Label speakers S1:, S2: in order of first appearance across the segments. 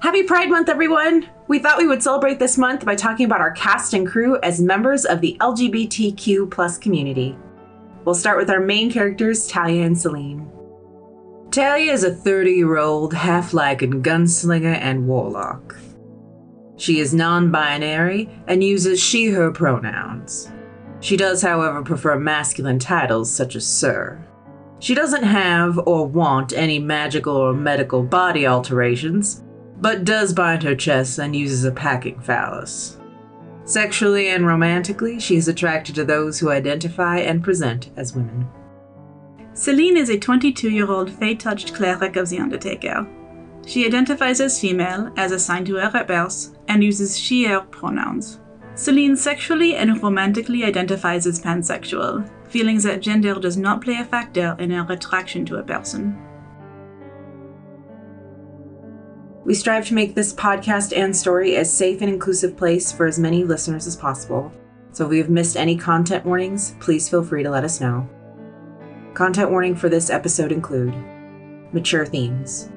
S1: Happy Pride Month, everyone! We thought we would celebrate this month by talking about our cast and crew as members of the LGBTQ plus community. We'll start with our main characters, Talia and Celine. Talia is a 30 year old half Lycan gunslinger and warlock. She is non binary and uses she her pronouns. She does, however, prefer masculine titles such as Sir. She doesn't have or want any magical or medical body alterations, but does bind her chest and uses a packing phallus. Sexually and romantically, she is attracted to those who identify and present as women.
S2: Celine is a 22 year old fey touched cleric of the Undertaker. She identifies as female, as assigned to her at birth, and uses she her pronouns. Celine sexually and romantically identifies as pansexual, feeling that gender does not play a factor in her attraction to a person.
S1: We strive to make this podcast and story as safe and inclusive place for as many listeners as possible. So if we have missed any content warnings, please feel free to let us know. Content warning for this episode include mature themes.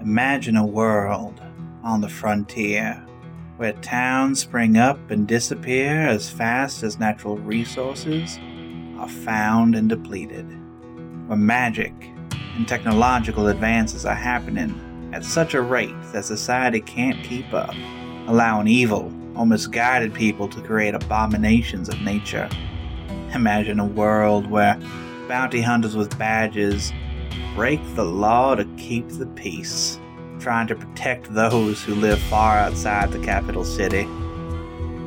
S3: Imagine a world on the frontier where towns spring up and disappear as fast as natural resources are found and depleted, where magic and technological advances are happening at such a rate that society can't keep up, allowing evil or misguided people to create abominations of nature. Imagine a world where bounty hunters with badges break the law to keep the peace trying to protect those who live far outside the capital city.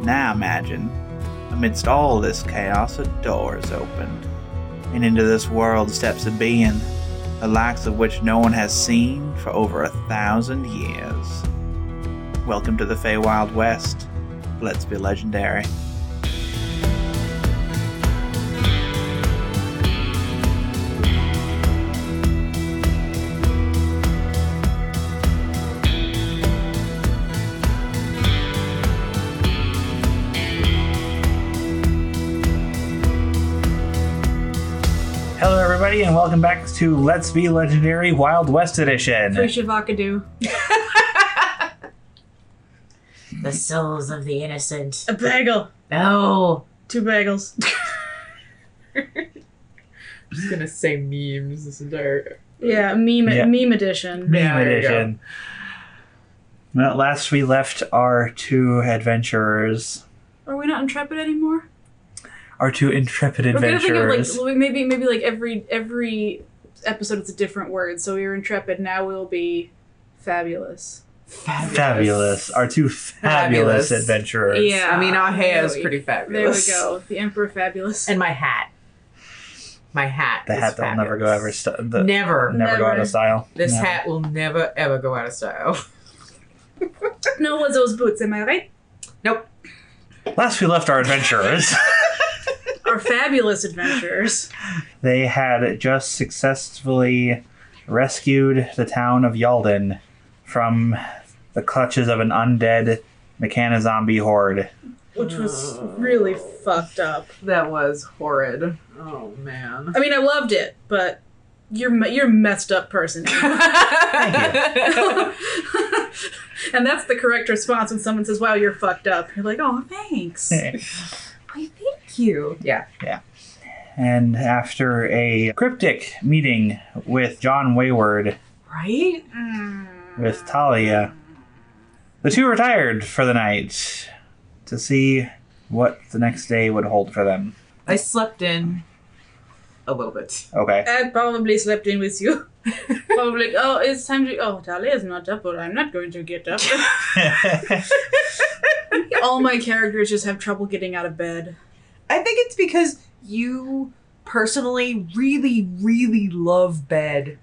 S3: Now imagine, amidst all this chaos, a door is opened, and into this world steps a being, the likes of which no one has seen for over a thousand years. Welcome to the Feywild West. Let's be legendary. Hello, everybody, and welcome back to Let's Be Legendary Wild West Edition.
S2: Shivakadu.
S4: The souls of the innocent.
S5: A bagel.
S4: No.
S5: Two bagels.
S6: I'm just gonna say memes this entire.
S5: Yeah, meme
S3: Yeah.
S5: meme edition.
S3: Meme
S6: Yeah, there you
S3: edition. Well, last we left our two adventurers,
S2: Are we not intrepid anymore?
S3: our two intrepid
S2: We're gonna think of like
S3: adventurers.
S2: well, maybe maybe like every every episode it's a different word. So we were intrepid. Now we'll be fabulous.
S6: Fabulous.
S3: Fabulous. Our two fabulous,
S6: Fabulous.
S3: adventurers.
S2: Yeah,
S6: I mean, our hair
S2: there
S6: is
S2: we-
S6: pretty
S2: There we
S6: fabulous.
S2: go. The Emperor fabulous.
S4: And my hat. My hat.
S3: The
S4: is
S3: hat that'll never go
S4: fabulous.
S3: ever st- the,
S4: never.
S3: never go out
S2: Never.
S3: of style.
S4: This
S3: Never.
S4: hat will never ever go out of style.
S2: no was those boots. Am I right?
S3: Last we left our adventurers,
S2: Our fabulous adventurers.
S3: they had just successfully rescued the town of Yalden from the clutches of an undead mechanizombie horde.
S5: Which was really fucked up.
S6: That was horrid. Oh man.
S5: I mean, I loved it, but you're me- you're a messed up person. and that's the correct response when someone says, "Wow, you're fucked up." You're like, "Oh, thanks."
S4: Thank you. Yeah.
S3: and after a cryptic meeting with John Wayward
S4: Right?
S3: with Talia, the two retired for the night to see what the next day would hold for them.
S6: I slept in a little bit.
S3: Okay.
S5: I probably slept in with you. probably, like, oh, it's time to. Oh, Talia is not up, but I'm not going to get up.
S2: All my characters just have trouble getting out of bed.
S7: I think it's because you personally really, really love bed.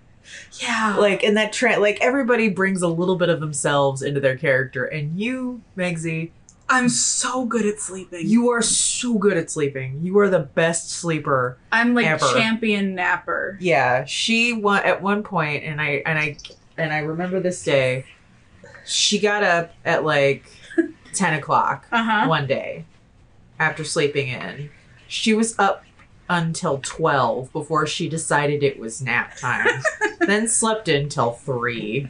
S2: Yeah.
S7: Like, and that tra- like everybody brings a little bit of themselves into their character, and you, Megsy,
S2: I'm so good at sleeping.
S7: you are so good at sleeping. You are the best sleeper.
S2: I'm like
S7: Ever.
S2: champion napper.
S7: Yeah, she won at one point, and I and I and I remember this day. She got up at like ten o'clock
S5: Uh-huh.
S2: Uh huh.
S7: one day after sleeping in. She was up
S6: until 12 before she decided it was nap time. then slept in till 3.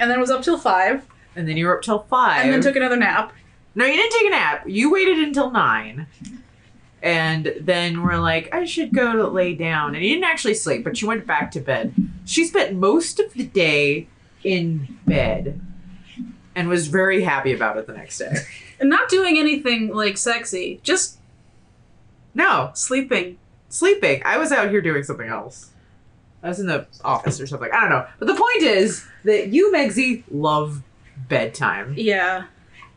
S5: And then was up till five,
S6: And then you were up till 5.
S5: and then took another nap.
S6: no, you didn't take a nap. You waited until 9. And then we're like, I should go to lay down. And you didn't actually sleep, but you went back to bed. She spent most of the day in bed and was very happy about it the next day.
S5: And not doing anything like sexy, just
S6: No,
S5: sleeping.
S6: sleeping. I was out here doing something else. I was in the office or something. I don't know. But the point is that you, Megsy, love bedtime.
S5: Yeah.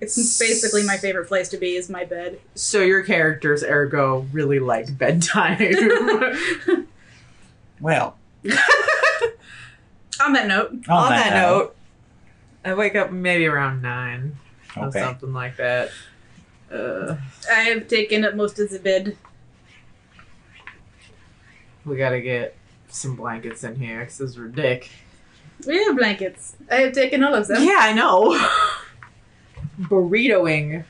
S5: It's basically my favorite place to be is my bed.
S6: So your characters, ergo, really like bedtime.
S8: Well,
S5: On that note,
S8: on,
S6: On that note, I wake up maybe around nine or
S8: okay.
S6: something like that. Uh,
S5: I have taken up most of the bed.
S6: we gotta get some blankets in here because those were dick.
S5: We have blankets. I have taken all of them.
S6: Yeah, I know. Burritoing.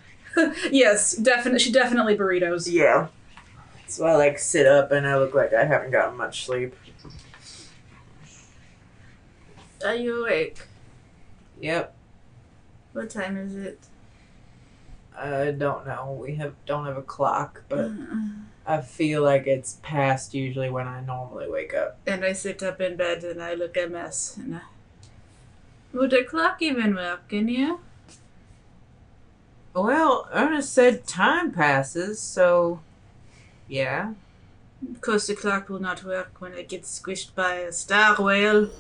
S5: yes, definitely. She definitely burritos.
S6: Yeah. So I like sit up and I look like I haven't gotten much sleep.
S5: Are you awake?
S6: Yep.
S5: What time is it?
S6: I don't know. We have don't have a clock, but
S5: Uh-huh.
S6: I feel like it's past usually when I normally wake up.
S5: And I sit up in bed and I look a mess. And I... Would a clock even work in here?
S6: Well, Ernest said time passes, so yeah.
S5: Of course, the clock will not work when I get squished by a star whale.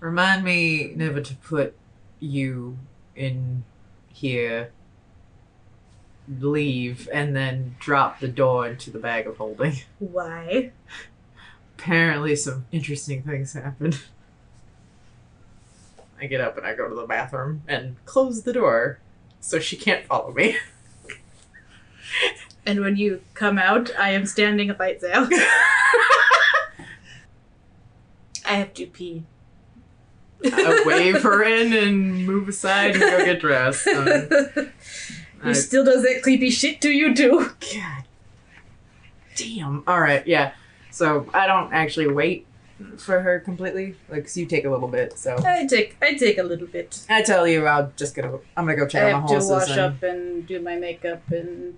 S6: Remind me never to put you in here. Leave and then drop the door into the bag of holding.
S5: Why?
S6: Apparently, some interesting things happened. I get up and I go to the bathroom and close the door so she can't follow me.
S5: And when you come out, I am standing a fight sale. I have to pee.
S6: I wave her in and move aside and go get dressed. Um,
S5: he
S6: I-
S5: still does that creepy shit to you too.
S6: God damn. All right, yeah. So I don't actually wait for her completely. Like, 'cause you take a little bit. So
S5: I take I take a little bit.
S6: I tell you, I'll just gonna I'm gonna go check
S5: I
S6: on
S5: have
S6: the
S5: to
S6: horses.
S5: wash
S6: and-
S5: up and do my makeup and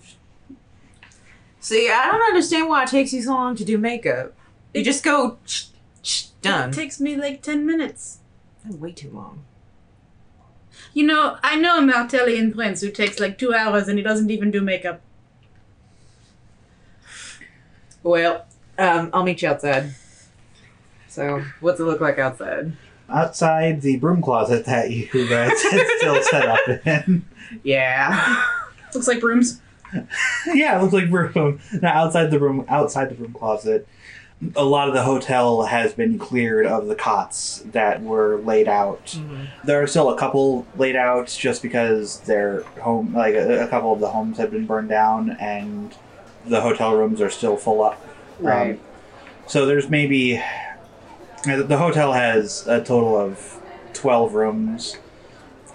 S6: See, I don't understand why it takes you so long to do makeup. You just go ch- ch- done.
S5: It takes me like ten minutes.
S6: That's way too long.
S5: You know, I know a Martellian prince who takes like two hours and he doesn't even do makeup.
S6: Well, um, I'll meet you outside. So, what's it look like outside?
S8: Outside the broom closet that you guys had still set up in.
S6: Yeah.
S5: Looks like brooms.
S8: yeah, it looks like room. Now outside the room, outside the broom closet, a lot of the hotel has been cleared of the cots that were laid out. There are still a couple laid out just because their home, like a, a couple of the homes have been burned down and the hotel rooms are still full up. Um,
S6: Right.
S8: so there's maybe uh, the hotel has a total of 12 rooms.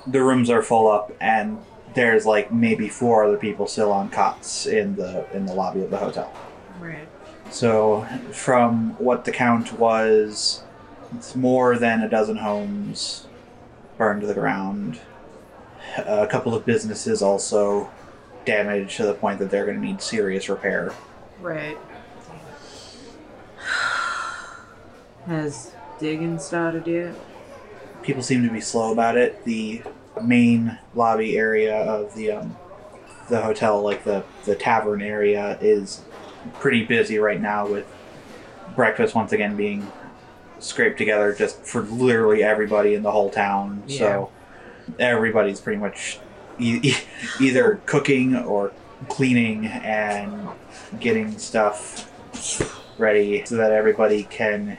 S8: The rooms are full up and there's like maybe four other people still on cots in the in the lobby of the hotel.
S6: Right.
S8: So from what the count was, it's more than a dozen homes burned to the ground. A couple of businesses also damaged to the point that they're going to need serious repair.
S6: Right. Has digging started yet?
S8: people seem to be slow about it. The main lobby area of the um, the hotel, like the the tavern area, is pretty busy right now with breakfast once again being scraped together just for literally everybody in the whole town. So everybody's pretty much e- e- either cooking or cleaning and getting stuff ready so that everybody can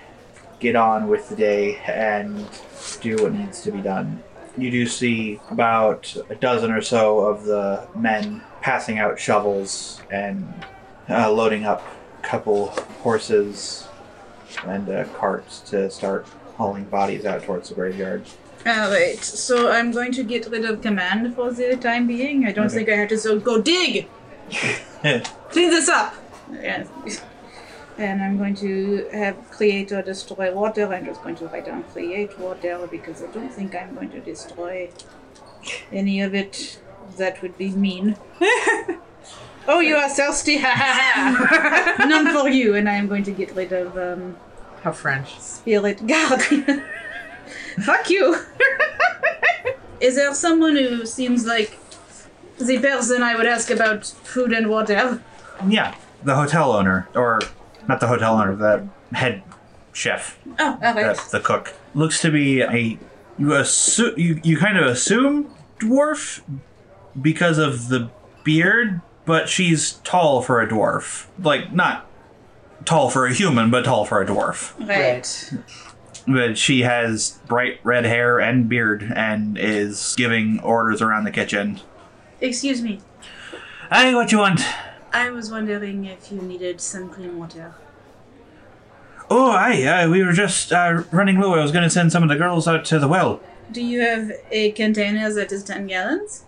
S8: get on with the day and do what needs to be done. You do see about a dozen or so of the men passing out shovels and uh, loading up a couple horses and uh, carts to start hauling bodies out towards the graveyard.
S5: Alright, so I'm going to get rid of command for the time being. I don't think I have to so go dig! Clean this up! Yes. And I'm going to have create or destroy water. I'm just going to write down create water because I don't think I'm going to destroy any of it. That would be mean. oh, you are thirsty! Ha ha ha! None for you. And I'm going to get rid of um,
S7: How French.
S5: Spirit Guardian. Fuck you. Is there someone who seems like the person I would ask about food and water?
S8: Yeah, the hotel owner, or not the hotel owner, the head chef,
S5: Oh, alright.
S8: the, the cook, looks to be a you assu- you, you kind of assume dwarf because of the beard, but she's tall for a dwarf. Like not tall for a human, but tall for a dwarf.
S5: Right.
S8: But she has bright red hair and beard and is giving orders around the kitchen.
S5: Excuse me.
S8: Hey, what you want?
S5: I was wondering if you needed some clean water.
S8: Oh, aye, uh, we were just uh, running low. I was going to send some of the girls out to the well.
S5: Do you have a container that is 10 gallons?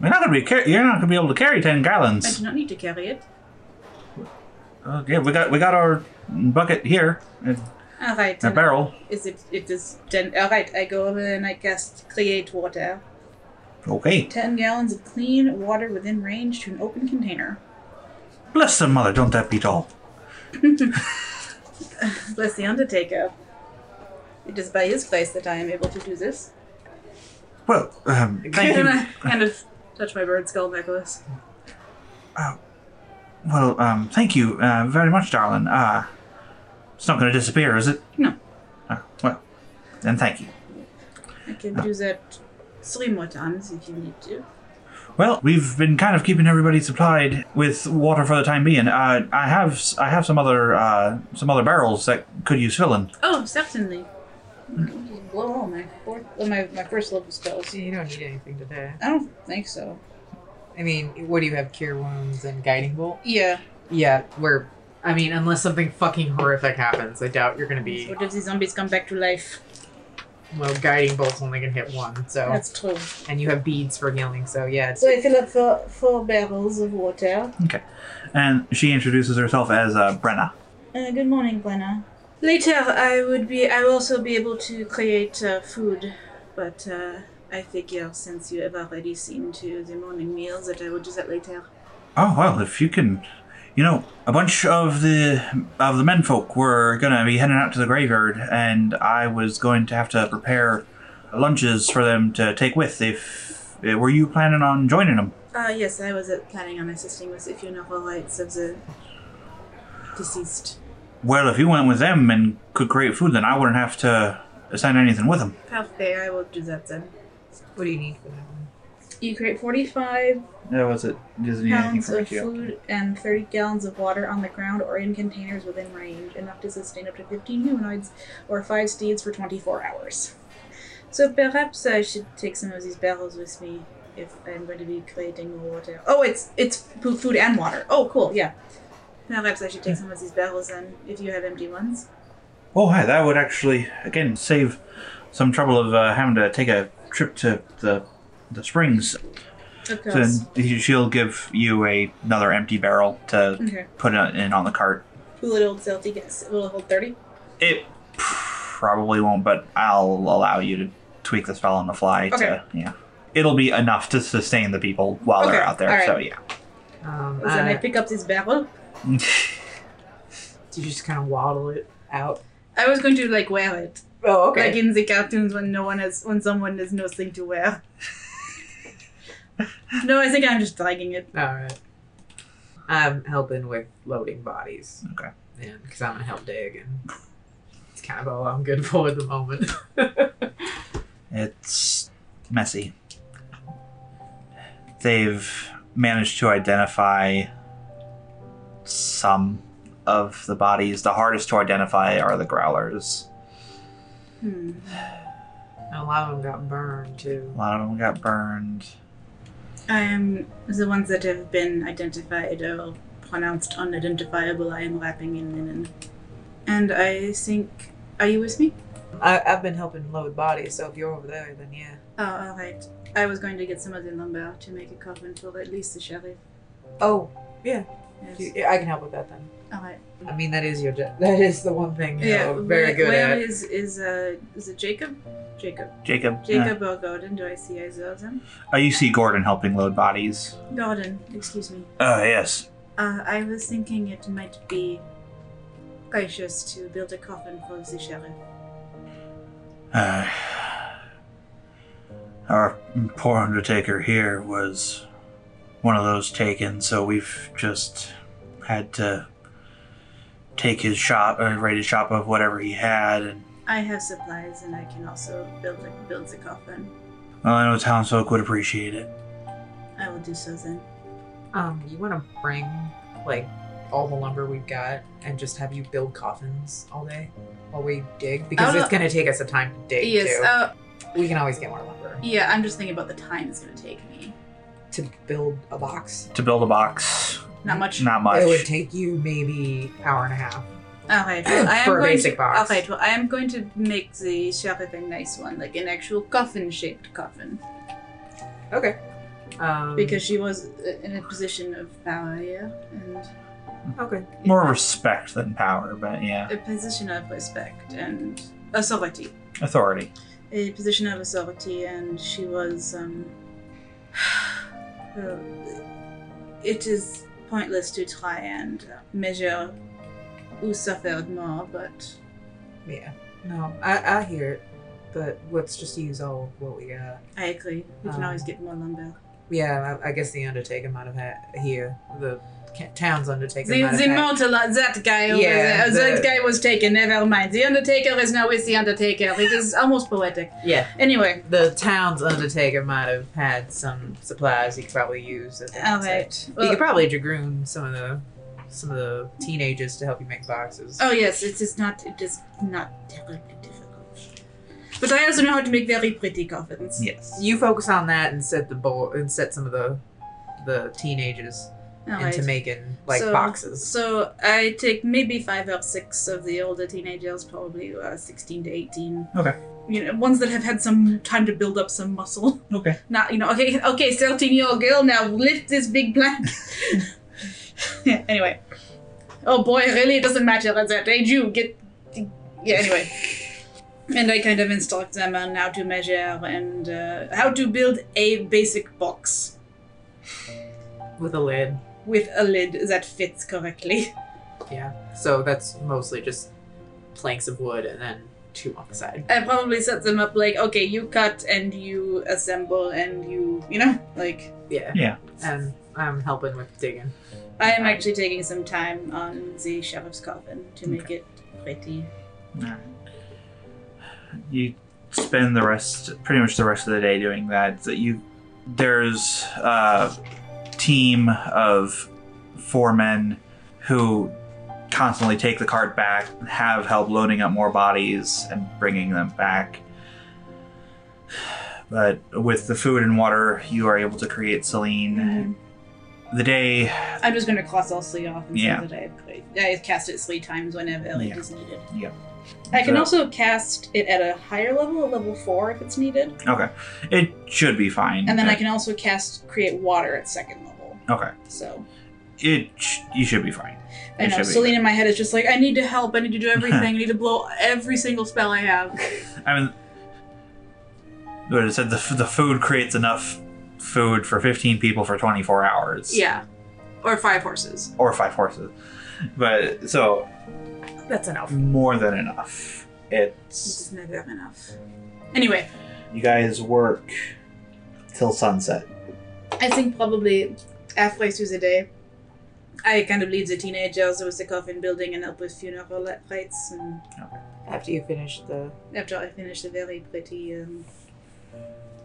S8: You're not going to be car- you're not going to be able to carry ten
S5: I do
S8: gallons.
S5: not need to carry it.
S8: Okay, we got we got our bucket here, and
S5: Alright.
S8: a
S5: and
S8: barrel.
S5: Is it, it is 10. Alright, I go over and I cast create water.
S8: Okay,
S5: 10 gallons of clean water within range to an open container.
S8: bless the mother, don't that beat all?
S5: Bless the Undertaker. It is by his grace that I am able to do this.
S8: Well, um, thank
S5: and
S8: you.
S5: I kind of touch my bird skull necklace.
S8: Well, um, thank you uh, very much, darling. Uh, it's not going to disappear, is it?
S5: No.
S8: Oh, well, then thank you.
S5: I can do that three more times if you need to.
S8: Well, we've been kind of keeping everybody supplied with water for the time being. Uh, I have s- I have some other uh, some other barrels that could use filling.
S5: Oh, certainly. Blow all my fourth, uh, my, my first level spells.
S4: You don't need anything today.
S5: I don't think so.
S4: I mean, what do you have? Cure wounds and guiding bolt.
S5: Yeah.
S4: Yeah, we're
S7: I mean, unless something fucking horrific happens, I doubt you're gonna be.
S5: What if the zombies come back to life?
S7: Well, guiding bolt's only gonna hit one,
S6: Oh.
S7: so.
S5: That's true.
S7: and you have beads for healing, so yeah. It's,
S5: So I fill up four, four barrels of water.
S8: And she introduces herself as uh, Brenna.
S5: Uh, good morning, Glenna. Later, I would be. I will also be able to create uh, food, but uh, I figure since you have already seen to the morning meals, that I will do that later.
S8: Oh well, if you can, you know, a bunch of the of the menfolk were gonna be heading out to the graveyard, and I was going to have to prepare lunches for them to take with. If eh, were you planning on joining them?
S5: Uh, yes, I was uh, planning on assisting with the funeral rites of the deceased.
S8: Well, if you went with them and could create food, then I wouldn't have to assign anything with them.
S5: Parfait, I will do that then.
S7: what do you need for that one?
S5: You create 45
S8: That was it. Doesn't need anything
S5: pounds
S8: for
S5: of
S8: it, yeah.
S5: food and 30 gallons of water on the ground or in containers within range, enough to sustain up to 15 humanoids or 5 steeds for 24 hours. So perhaps I should take some of these barrels with me if I'm going to be creating more water. Oh, it's it's fo- food and water. Oh, cool, yeah. Perhaps I should take some of these barrels then if you have empty ones.
S8: Oh, hi. That would actually, again, save some trouble of uh, having to take a trip to the the springs.
S5: Of course.
S8: Then he- she'll give you a, another empty barrel to
S5: Okay.
S8: put it in on the cart.
S5: Will it hold 30? Yes, Will it hold 30?
S8: It probably won't, but I'll allow you to tweak the spell on the fly.
S5: Okay.
S8: To, yeah. It'll be enough to sustain the people while
S5: Okay,
S8: they're out there.
S5: all right.
S8: So yeah.
S7: Um,
S5: Then I
S7: uh,
S5: pick up this barrel.
S7: do you just kind of waddle it out?
S5: I was going to like wear it.
S7: Oh,
S5: Like in the cartoons when no one has when someone has nothing to wear. no, I think I'm just dragging it.
S7: All right. I'm helping with loading bodies.
S8: Okay.
S7: And because I'm gonna help dig, and it's kind of all I'm good for at the moment.
S8: It's messy. They've managed to identify some of the bodies. The hardest to identify are the growlers.
S5: Hmm.
S7: a lot of them got burned too.
S8: A lot of them got burned.
S5: I am the ones that have been identified or pronounced unidentifiable. I am wrapping in linen, and I think. Are you with me?
S6: I, I've been helping load bodies, so if you're over there, then yeah.
S5: Oh, all right. I was going to get some of the lumber to make a coffin for at least the sheriff.
S6: Oh,
S5: Yes.
S6: you- I can help with that then.
S5: all right.
S6: I mean, that is your jo- that is the one thing you're very
S5: where-
S6: good
S5: where
S6: at.
S5: is is uh is it Jacob? Jacob.
S8: Jacob. yeah.
S5: Jacob or Gordon? Do I see either of them?
S8: Uh, you see Gordon helping load bodies.
S5: Gordon, excuse me.
S8: Oh, yes.
S5: Uh, I was thinking it might be gracious to build a coffin for the sheriff.
S8: Uh, our poor undertaker here was one of those taken, so we've just had to take his shop, uh, raid his shop of whatever he had. And
S5: I have supplies, and I can also build a, build the coffin.
S8: well, I know townsfolk would appreciate it.
S5: I will do so then.
S6: Um, you want to bring like all the lumber we've got and just have you build coffins all day while we dig because
S5: I'll-
S6: it's going to take us a time to dig
S5: Yes.
S6: too.
S5: Uh,
S6: we can always get more lumber
S5: yeah. I'm just thinking about the time it's going to take me.
S6: to build a box.
S8: To build a box,
S5: Not much.
S8: not
S6: It would
S8: much.
S6: take you maybe hour and a half.
S5: All right. Well, I am
S6: For a
S5: going
S6: basic
S5: to,
S6: box.
S5: All right. Well, I am going to make the sheriff a nice one, like an actual coffin-shaped coffin,
S6: Okay. Um,
S5: because she was uh, in a position of power here and
S6: okay.
S8: More respect than power, but yeah,
S5: a position of respect and authority.
S8: authority.
S5: a position of authority, and she was. Um, uh, it is pointless to try and uh, measure who suffered more, but
S6: Yeah. No, I, I hear it, but let's just use all of what we got.
S5: I agree. We can
S6: Um,
S5: always get more lumber.
S6: Yeah, I, I guess the Undertaker might have had here the ca- town's Undertaker.
S5: The,
S6: might have
S5: the
S6: had-
S5: mortal, uh, that guy over
S6: Yeah,
S5: there, that
S6: the-
S5: guy was taken, never mind. The Undertaker is now with the Undertaker. It is almost poetic.
S6: yeah,
S5: Anyway,
S6: the town's undertaker might have had some supplies he could probably use. At the
S5: All
S6: outset.
S5: right.
S6: he
S5: Well-
S6: could probably dragoon some of the some of the teenagers to help you make boxes.
S5: oh yes, it is not, it is not terribly difficult. But I also know how to make very pretty coffins.
S8: Yes.
S6: You focus on that and set the bowl and set some of the the teenagers
S5: All
S6: into
S5: right.
S6: making like
S5: So-
S6: boxes.
S5: So I take maybe five or six of the older teenagers, probably uh, 16 to 18.
S8: Okay.
S5: You know, ones that have had some time to build up some muscle.
S8: Okay.
S5: Not, you know, okay, okay, 13 year old girl, now lift this big plank. yeah, anyway. Oh boy, really, it doesn't matter at that age. You get. Yeah, anyway. And I kind of instruct them on how to measure and uh, how to build a basic box
S6: with a lid.
S5: with a lid that fits correctly.
S6: Yeah. So that's mostly just planks of wood and then two on the side.
S5: I probably set them up like, okay, you cut and you assemble and you, you know, like
S6: Yeah.
S8: Yeah.
S6: And I'm helping with digging.
S5: I am actually taking some time on the sheriff's coffin to make it pretty.
S8: you spend the rest pretty much the rest of the day doing that that you there's a team of four men who constantly take the cart back have help loading up more bodies and bringing them back but with the food and water you are able to create Celine
S5: Mm-hmm.
S8: the day
S5: I'm just gonna cross all three off and
S8: Yeah.
S5: say that I have played. I have cast it three times whenever it is
S8: Yeah.
S5: needed.
S8: Yeah.
S5: I can
S8: So-
S5: also cast it at a higher level, a level four if it's needed,
S8: okay it should be fine Uh,
S5: and then I can also cast create water at second level.
S8: okay
S5: So
S8: it sh- you should be fine
S5: I
S8: It
S5: know
S8: should be
S5: Celine in my head is just like, I need to help. I need to do everything. I need to blow every single spell I have.
S8: I mean, what it said the, f- the food creates enough food for 15 people for 24 hours.
S5: Yeah, or five horses.
S8: Or five horses. But so
S6: That's enough.
S8: more than enough. It's
S5: It's never enough. Anyway,
S8: you guys work till sunset.
S5: I think probably halfway through the day, I kind of lead the teenagers with the coffin building and help with funeral li- rites. And
S6: After you finish the
S5: after I finish the very pretty, um,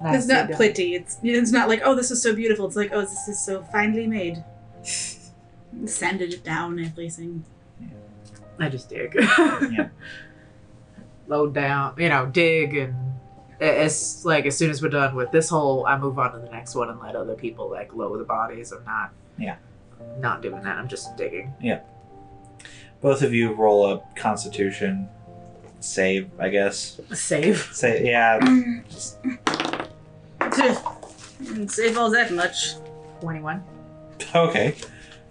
S5: it's
S6: nicely
S5: not
S6: done-
S5: pretty. It's it's not like oh this is so beautiful. It's like oh this is so finely made. Sanded it down, everything.
S6: I just dig.
S8: Yeah.
S6: Load down, you know, dig and it's like as soon as we're done with this hole, I move on to the next one and let other people like lower the bodies. I'm not.
S8: Yeah.
S6: Not doing that. I'm just digging.
S8: Both of you roll up Constitution. save, I guess.
S6: Save.
S8: Say yeah. just
S5: Didn't Save all that much.
S6: 21.
S8: okay.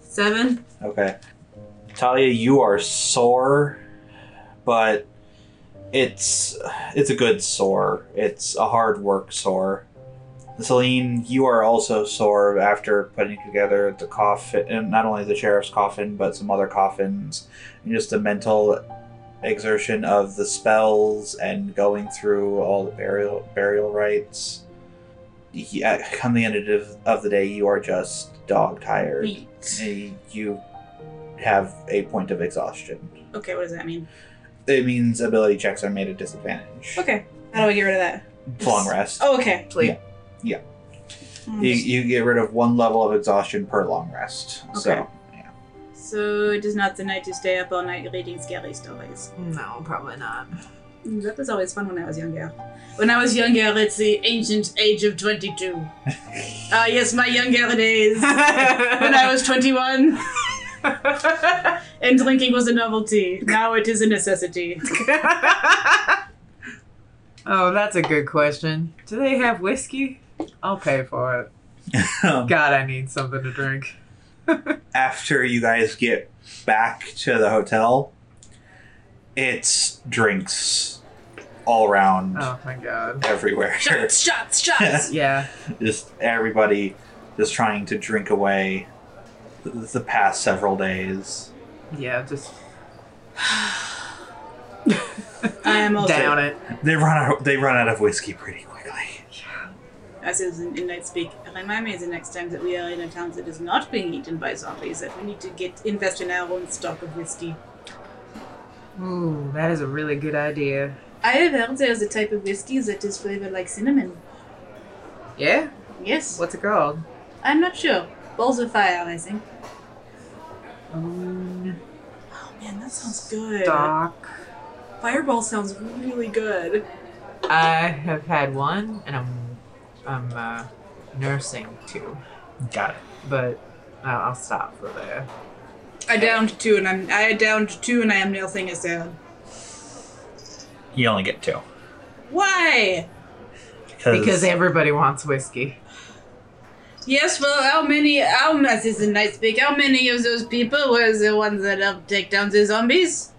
S5: Seven.
S8: Okay. Talia, you are sore, but it's it's a good sore. It's a hard work sore. Celine, you are also sore after putting together the coffin, and not only the sheriff's coffin, but some other coffins, and just the mental exertion of the spells and going through all the burial burial rites. Yeah, come the end of, the- of the day, you are just dog tired. Uh, you have a point of exhaustion.
S5: Okay, what does that mean?
S8: It means ability checks are made at disadvantage.
S5: Okay. How do I get rid of that?
S8: It's a Long rest.
S5: Oh, okay.
S6: Sleep.
S8: Yeah.
S5: Mm.
S8: You, you get rid of one level of exhaustion per long rest. So,
S5: Okay. So it is not the night to stay up all night reading scary stories.
S6: No, probably not.
S5: Mm, That was always fun when I was younger. When I was younger, it's the ancient age of 22. Ah, yes, my younger days. when I was 21. and drinking was a novelty. Now it is a necessity.
S6: Oh, that's a good question. Do they have whiskey? I'll pay for it.
S8: um,
S6: God, I need something to drink.
S8: after you guys get back to the hotel, it's drinks all around
S6: Oh my god.
S8: everywhere.
S5: Shots, shots, shots!
S6: Yeah.
S8: just everybody just trying to drink away the, the past several days.
S6: Yeah, just
S5: I am also.
S6: down it.
S8: They run out. They run out of whiskey pretty quickly.
S5: As is in, in Night Speak, remind me the next time that we are in a town that is not being eaten by zombies that we need to get invest in our own stock of whiskey.
S6: Ooh, that is a really good idea.
S5: I have heard there is a type of whiskey that is flavored like cinnamon.
S6: Yeah?
S5: Yes.
S6: What's it called?
S5: I'm not sure. Balls of fire, I think.
S6: Own
S5: Oh man, that sounds good.
S6: Doc.
S5: Fireball sounds really good.
S6: I have had one, and I'm I'm uh, nursing two,
S8: Got it.
S6: but uh, I'll stop for there.
S5: I downed two, and I'm I downed two, and I am nailing us down.
S8: You only get two
S5: Why?
S6: Because everybody wants whiskey.
S5: Yes, well, how many? How much is a night speak? How many of those people were the ones that helped take down the zombies?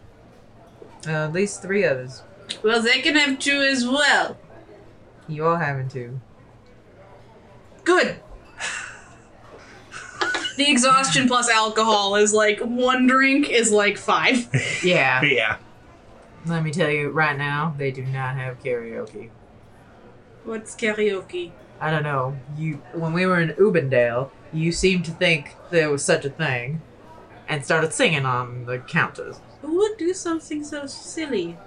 S6: Uh, at least three others.
S5: Well, they can have two as well.
S6: You all having two.
S5: Good. the exhaustion plus alcohol is like one drink is like five.
S6: Yeah.
S8: yeah,
S6: Let me tell you, right now they do not have karaoke.
S5: What's karaoke?
S6: I don't know. You when we were in Ubendale, you seemed to think there was such a thing, and started singing on the counters.
S5: Who would do something so silly?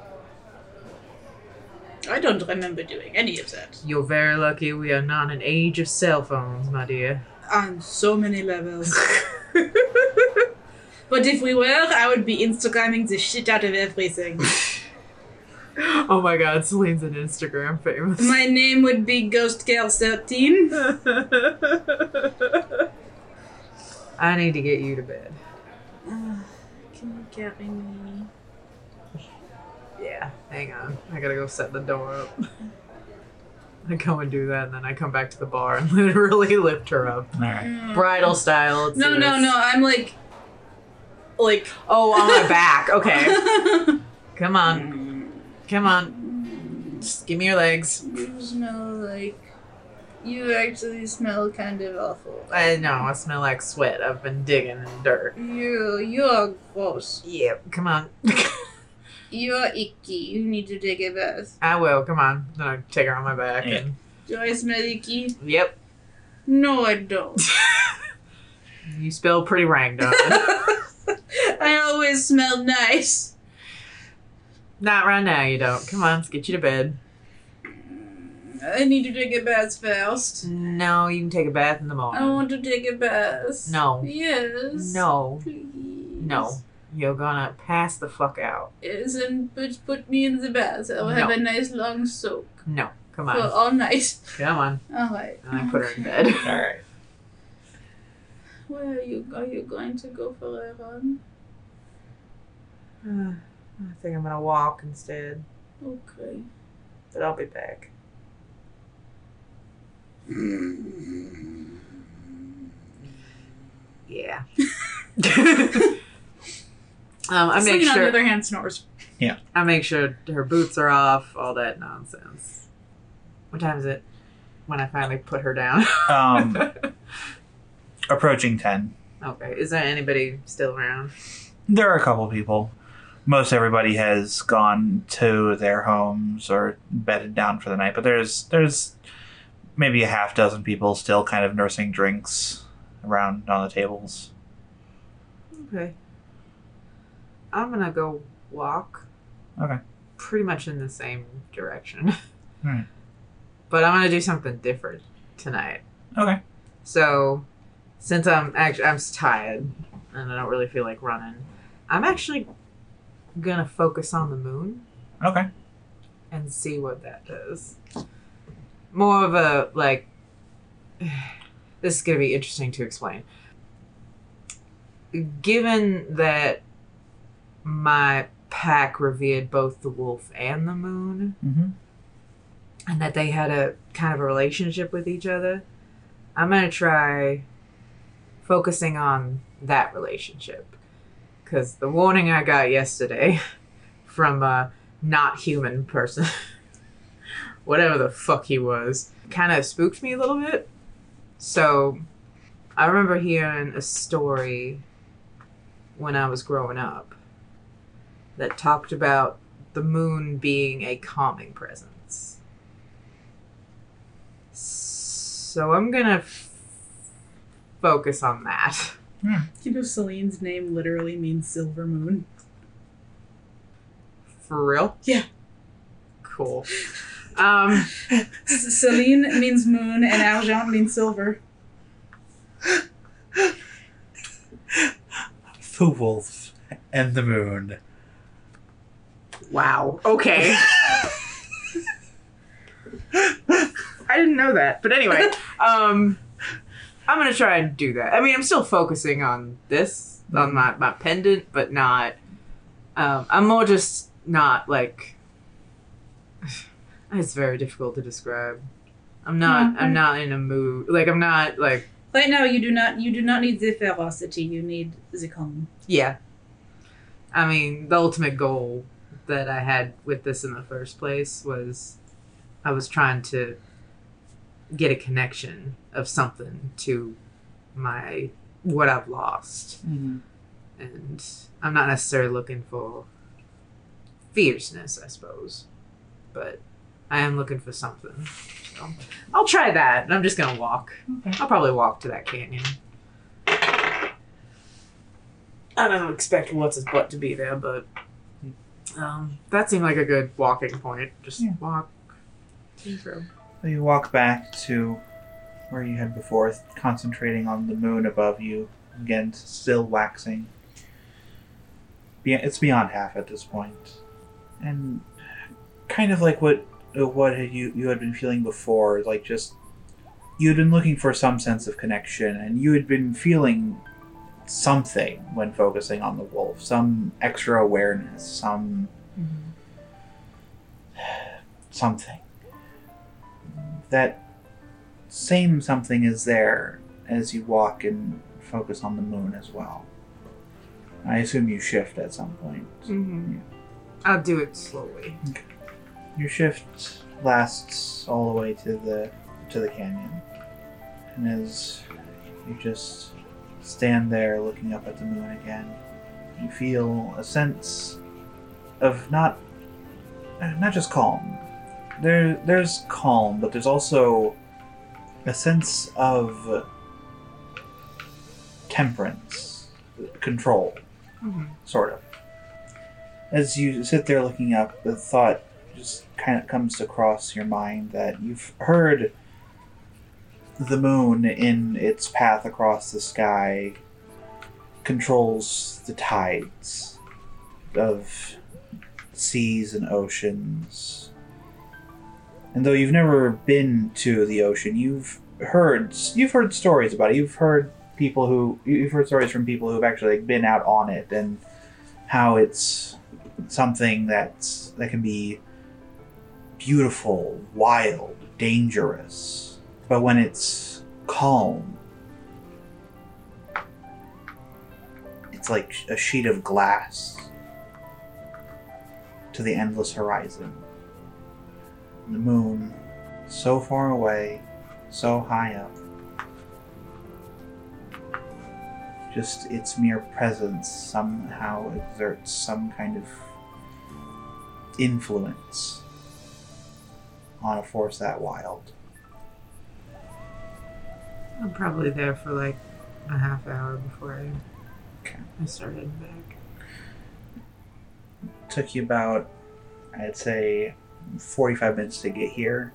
S5: I don't remember doing any of that.
S6: You're very lucky we are not an age of cell phones, my dear.
S5: On so many levels. but if we were, I would be Instagramming the shit out of everything.
S6: Oh my god, Celine's an Instagram famous.
S5: My name would be Ghost Girl 13.
S6: I need to get you to bed.
S5: Can you carry me?
S6: Yeah. Hang on. I gotta go set the door up. I go and do that, and then I come back to the bar and literally lift her up.
S8: all right.
S6: Bridal style. let's
S5: Mm. No,
S6: do
S5: no,
S6: this.
S5: no. I'm like. Like.
S6: Oh, on my back. Okay. Come on.
S5: Mm.
S6: Come on. Just give me your legs.
S5: you smell like. You actually smell kind of awful.
S6: I know. I smell like sweat. I've been digging in dirt.
S5: You, you are gross.
S6: Yeah. Come on.
S5: You're icky. You need to take a bath.
S6: I will. Come on. Then I take her on my back. And,
S5: Do I smell icky?
S6: yep.
S5: No, I don't.
S6: You smell pretty rank, darling.
S5: I always smell nice.
S6: Not right now. You don't. Come on. Let's get you to bed.
S5: I need to take a bath first.
S6: No, you can take a bath in the morning.
S5: I want to take a bath.
S6: No.
S5: Oh, Yes.
S6: No,
S5: Please.
S6: no. You're gonna pass the fuck out.
S5: Yes, and put, put me in the bath. I'll
S6: No.
S5: have a nice long soak
S6: No, come
S5: for
S6: on,
S5: all night.
S6: come on.
S5: All right.
S6: And I put her in bed.
S8: All right.
S5: Where are you? Are you going to go for a run?
S7: I think I'm gonna walk instead,
S5: Okay.
S7: but I'll be back.
S6: Yeah. um, I
S2: Celine,
S6: make
S2: on the
S6: sure
S2: other hand, snores.
S6: I make sure her boots are off, all that nonsense. What time is it? When I finally put her down.
S8: Um, approaching 10.
S6: okay. Is there anybody still around?
S8: There are a couple people. Most everybody has gone to their homes or bedded down for the night, but there's there's maybe a half dozen people still kind of nursing drinks around on the tables.
S6: Okay. I'm gonna go walk.
S8: Okay.
S6: Pretty much in the same direction.
S8: Alright.
S6: But I'm gonna do something different tonight.
S8: Okay.
S6: So, since I'm actually I'm s- tired and I don't really feel like running, I'm actually gonna focus on the moon
S8: Okay.
S6: and see what that does. More of a like. This is gonna be interesting to explain. Given that my pack revered both the wolf and the moon,
S8: Mm-hmm.
S6: and that they had a kind of a relationship with each other, I'm gonna try focusing on that relationship because the warning I got yesterday from a not human person, whatever the fuck he was, kind of spooked me a little bit. So I remember hearing a story when I was growing up that talked about the moon being a calming presence. So I'm gonna f- focus on that.
S2: You know, Celine's name literally means silver moon.
S6: For real?
S2: Yeah.
S6: Cool. Um,
S2: S- Celine means moon, and argent means silver.
S8: The wolf and the moon.
S6: wow. Okay. I didn't know that. But anyway, um, I'm gonna try and do that. I mean, I'm still focusing on this, on my, my pendant, but not. Um, I'm more just not like. It's very difficult to describe. I'm not. I'm not in a mood. Like I'm not like.
S5: Right now, you do not you do not need the ferocity. You need the calm.
S6: Yeah. I mean, the ultimate goal that I had with this in the first place was I was trying to get a connection of something to my what I've lost. And I'm not necessarily looking for fierceness, I suppose, but I am looking for something. So I'll try that. I'm just going to walk. I'll probably walk to that canyon. I don't expect what's his butt to be there, but um, that seemed like a good walking point. Just
S8: Yeah.
S6: walk. Through.
S8: You walk back to where you had before, concentrating on the moon above you, again, still waxing. Be- It's beyond half at this point. And kind of like what uh, what had you, you had been feeling before, like just you had been looking for some sense of connection, and you had been feeling something when focusing on the wolf, some extra awareness, some something that same something is there as you walk and focus on the moon as well. I assume you shift at some point.
S6: Mm-hmm. I'll do it slowly.
S8: Your shift lasts all the way to the to the canyon, and as you just stand there looking up at the moon again, you feel a sense of not uh, not just calm. There, there's calm, but there's also a sense of temperance, control,
S6: Mhm.
S8: sort of. As you sit there looking up, the thought just kind of comes across your mind that you've heard the moon in its path across the sky controls the tides of seas and oceans. And though you've never been to the ocean, you've heard you've heard stories about it. You've heard people who you've heard stories from people who've actually been out on it and how it's something that's that can be beautiful, wild, dangerous, but when it's calm, it's like a sheet of glass to the endless horizon. The moon, so far away, so high up. Just its mere presence somehow exerts some kind of influence on a force that wild.
S6: I'm probably there for like a half hour before I,
S8: Okay.
S6: I started back.
S8: Took you about, I'd say, 45 minutes to get here.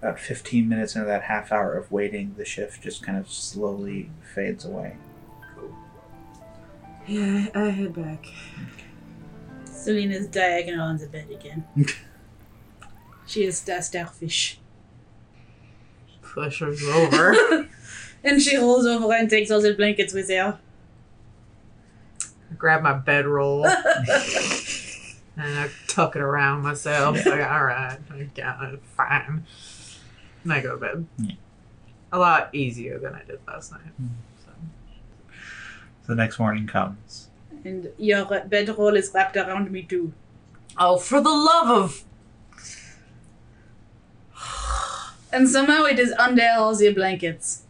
S8: About 15 minutes into that half hour of waiting, the shift just kind of slowly fades away.
S6: Yeah, I I head back.
S5: Selena's diagonal on the bed again. she is a starfish.
S6: Push us over.
S5: And she rolls over and takes all the blankets with her.
S6: grab my bedroll. And I tuck it around myself. Like, all right, I got it, fine. And I go to bed. A lot easier than I did last night.
S8: Mm.
S6: So.
S8: The next morning comes.
S5: And your bedroll is wrapped around me too.
S6: Oh, for the love of!
S5: And somehow it is under all the blankets.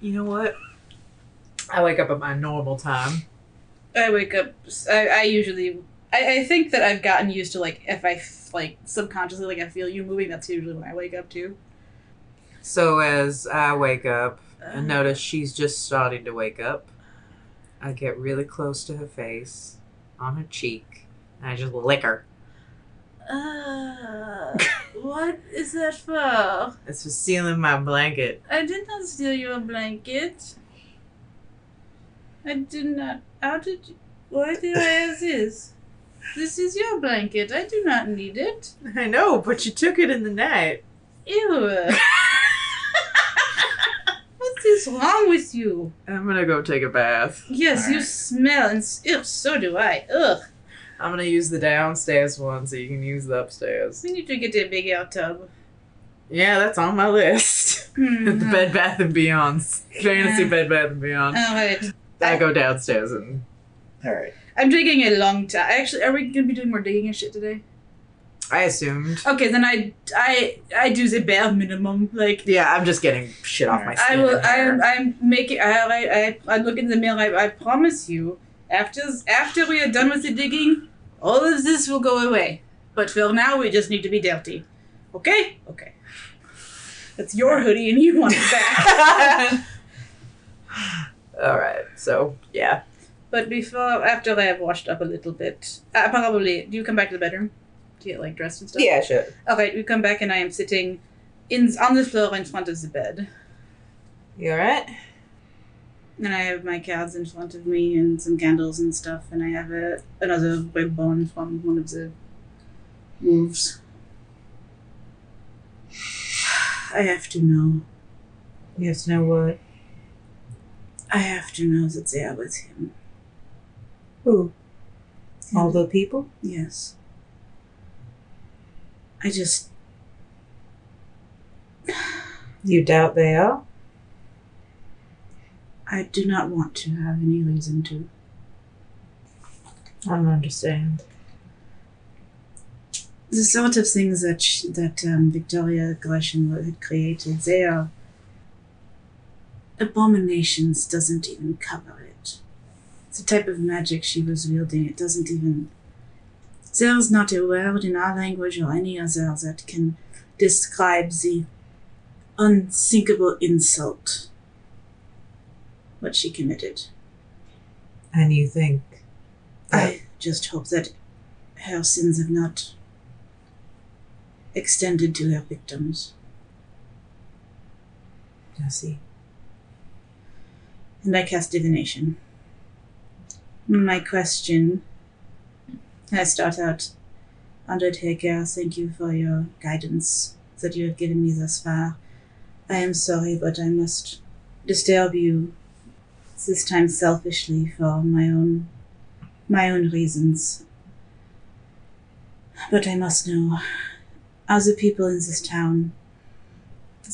S6: You know what? I wake up at my normal time.
S5: I wake up. I, I usually. I, I think that I've gotten used to like if I f- like subconsciously like I feel you moving. That's usually when I wake up too.
S6: So as I wake up and notice she's just starting to wake up, I get really close to her face, on her cheek, and I just lick her.
S5: Uh, what is that for?
S6: It's for stealing my blanket.
S5: I did not steal your blanket. I did not. How did you? Why did I have this? This is your blanket. I do not need it.
S6: I know, but you took it in the night.
S5: Ew. what is wrong with you?
S6: I'm gonna go take a bath.
S5: Yes, you
S8: Alright.
S5: smell and s- ugh, so do I. Ugh.
S6: I'm gonna use the downstairs one so you can use the upstairs.
S5: We need to get a big air tub.
S6: Yeah, that's on my list. the
S5: Mhm.
S6: Bed Bath and Beyond's fantasy
S5: Yeah.
S6: Bed Bath and Beyond.
S5: All right.
S6: I go downstairs and
S8: All right.
S5: I'm digging a long time. Actually, are we gonna be doing more digging and shit today?
S6: I assumed.
S5: Okay, then I I I do the bare minimum. Like
S6: Yeah, I'm just getting shit off my
S5: I
S6: skin.
S5: will.
S6: and
S5: I
S6: hair.
S5: am. I'm making. I I I, I look in the mirror. I, I promise you. After after we are done with the digging, all of this will go away. But for now, we just need to be dirty. Okay. Okay. That's your hoodie, and you want it back.
S6: All right. So yeah,
S5: But before, after I have washed up a little bit, uh, probably, do you come back to the bedroom to get like dressed and stuff?
S6: yeah, shit.
S5: Okay, you come back and I am sitting in on the floor in front of the bed,
S6: You all right?
S5: and I have my cards in front of me and some candles and stuff, and I have a, another rib bone from one of the wolves. I have to know.
S6: You have to know what?
S5: I have to know that they are with him.
S6: Who? All the people?
S5: Yes. I just
S6: You doubt they are?
S5: I do not want to have any reason to.
S6: I don't understand.
S5: the sort of things that sh that um, Victoria Gresham had created, they are abominations. Doesn't even cover it. The type of magic she was wielding, it doesn't even. There's not a word in our language or any other that can describe the unthinkable insult what she committed.
S6: And you think
S5: I just hope that her sins have not extended to her victims.
S6: I see.
S5: And I cast divination. My question I start out Undertaker, thank you for your guidance that you have given me thus far. I am sorry, but I must disturb you this time selfishly for my own my own reasons. But I must know are the people in this town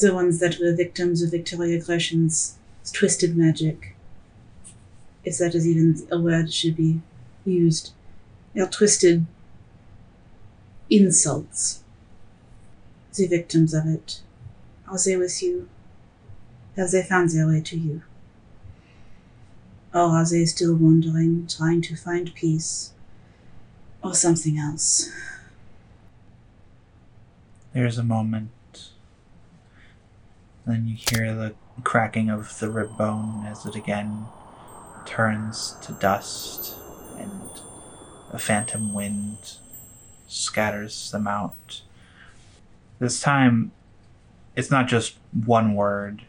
S5: the ones that were victims of Victoria Gresham's twisted magic, if that is even a word should be used, or twisted insults, the victims of it. Are they with you? Have they found their way to you? Or are they Oh, still wandering, trying to find peace? Or something else?
S8: There's a moment. Then you hear the cracking of the rib bone as it again turns to dust, and a phantom wind scatters them out. This time, it's not just one word,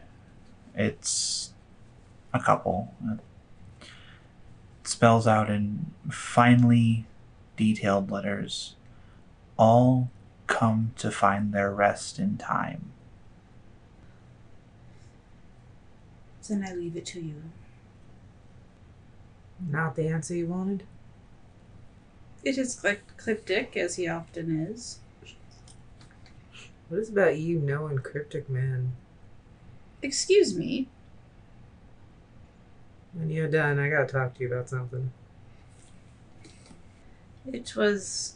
S8: it's a couple. It spells out in finely detailed letters all come to find their rest in time.
S5: Then I leave it to you.
S6: Not the answer you wanted.
S5: It is crypt- cryptic, as he often is.
S6: What is about you knowing Cryptic Man?
S5: Excuse me.
S6: When you're done, I gotta talk to you about something.
S5: It was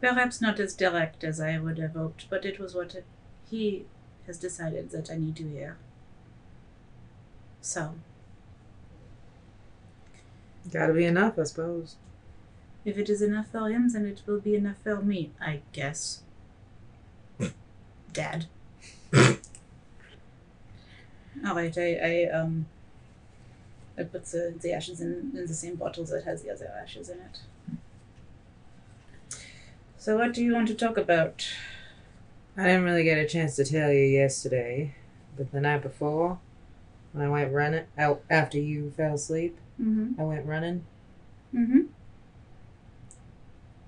S5: perhaps not as direct as I would have hoped, but it was what he has decided that I need to hear. So,
S6: Gotta be enough, I suppose.
S5: if it is enough for him, then it will be enough for me, I guess. Dad. All right, I, I um, I put the, the ashes in, in the same bottle that has the other ashes in it. So, what do you want to talk about?
S6: I didn't really get a chance to tell you yesterday, but the night before, when I went running out after you fell asleep,
S5: Mm-hmm.
S6: I went running,
S5: Mm-hmm.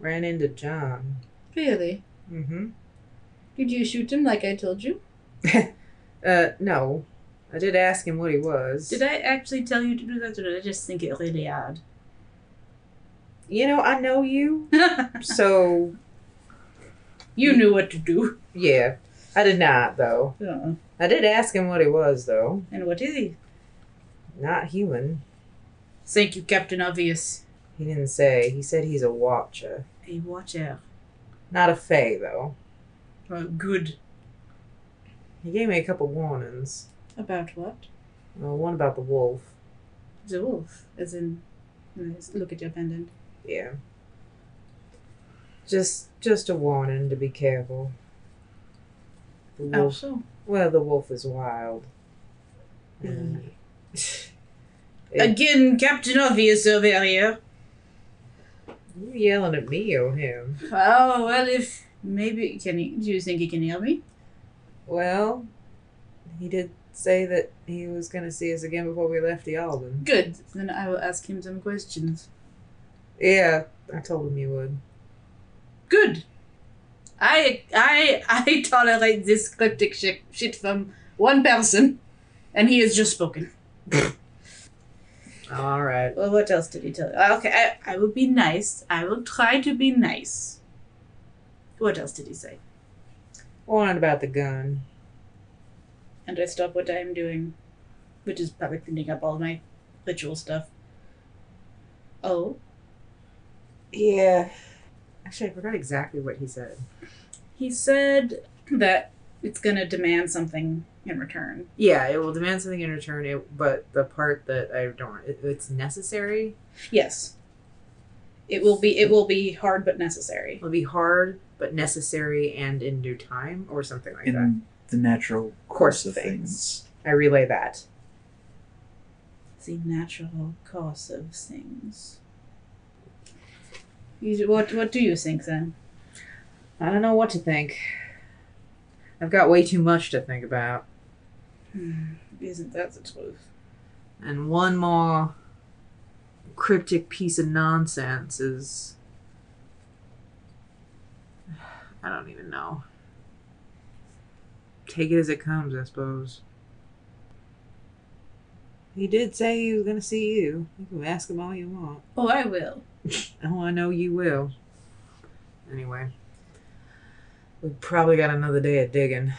S6: ran into John.
S9: Really?
S6: Mm-hmm.
S9: Did you shoot him like I told you?
S6: Uh, no, I did ask him what he was.
S5: Did I actually tell you to do that, or did I just think it really hard?
S6: You know, I know you, so
S5: you knew what to do.
S6: yeah. I did not though.
S9: Oh,
S5: Uh-uh.
S6: I did ask him what he was though.
S5: And what is he?
S6: Not human.
S5: Thank you, Captain Obvious.
S6: He didn't say. He said he's a watcher.
S5: A watcher.
S6: Not a fae though.
S5: Well, good.
S6: He gave me a couple warnings.
S5: About what?
S6: Well, one about the wolf.
S5: The wolf, as in. Nice. Look at your pendant.
S6: Yeah. Just just a warning to be careful. The
S5: Oh,
S6: wolf,
S5: so.
S6: Well, the wolf is wild. Uh, And Yeah.
S5: Again, Captain Obvious over here.
S6: you yelling at me or him?
S5: Oh, well, if. Maybe. Can he. Do you think he can hear me?
S6: Well, he did say that he was going to see us again before we left the Alden.
S5: Good. Then I will ask him some questions.
S6: Yeah, I told him you would.
S5: Good.
S9: I I I tolerate this cryptic shit, shit from one person.
S5: And he has just spoken.
S6: All right.
S5: Well, what else did he tell you? Ah, Okay, I, I will be nice. I will try to be nice. What else did he say?
S6: Warning about the gun.
S5: And I stop what I am doing, which is probably cleaning up all my ritual stuff. Oh,
S6: Yeah. Actually, I forgot exactly what he said.
S5: he said that it's gonna demand something in return.
S6: Yeah, it will demand something in return. It, but the part that I don't, it, it's necessary.
S5: Yes, it will be. It will be hard but necessary.
S6: It'll be hard, but necessary, and in due time, or something like that.
S8: In the natural course of things.
S6: I relay that.
S5: The natural course of things. You, what What do you think then?
S6: I don't know what to think. I've got way too much to think about.
S5: Hmm, Isn't that the truth?
S6: And one more cryptic piece of nonsense is. I don't even know. Take it as it comes, I suppose. He did say he was going to see you. You can ask him all you want.
S9: Oh, I will.
S6: Oh, I know you will. Anyway, we probably got another day of digging.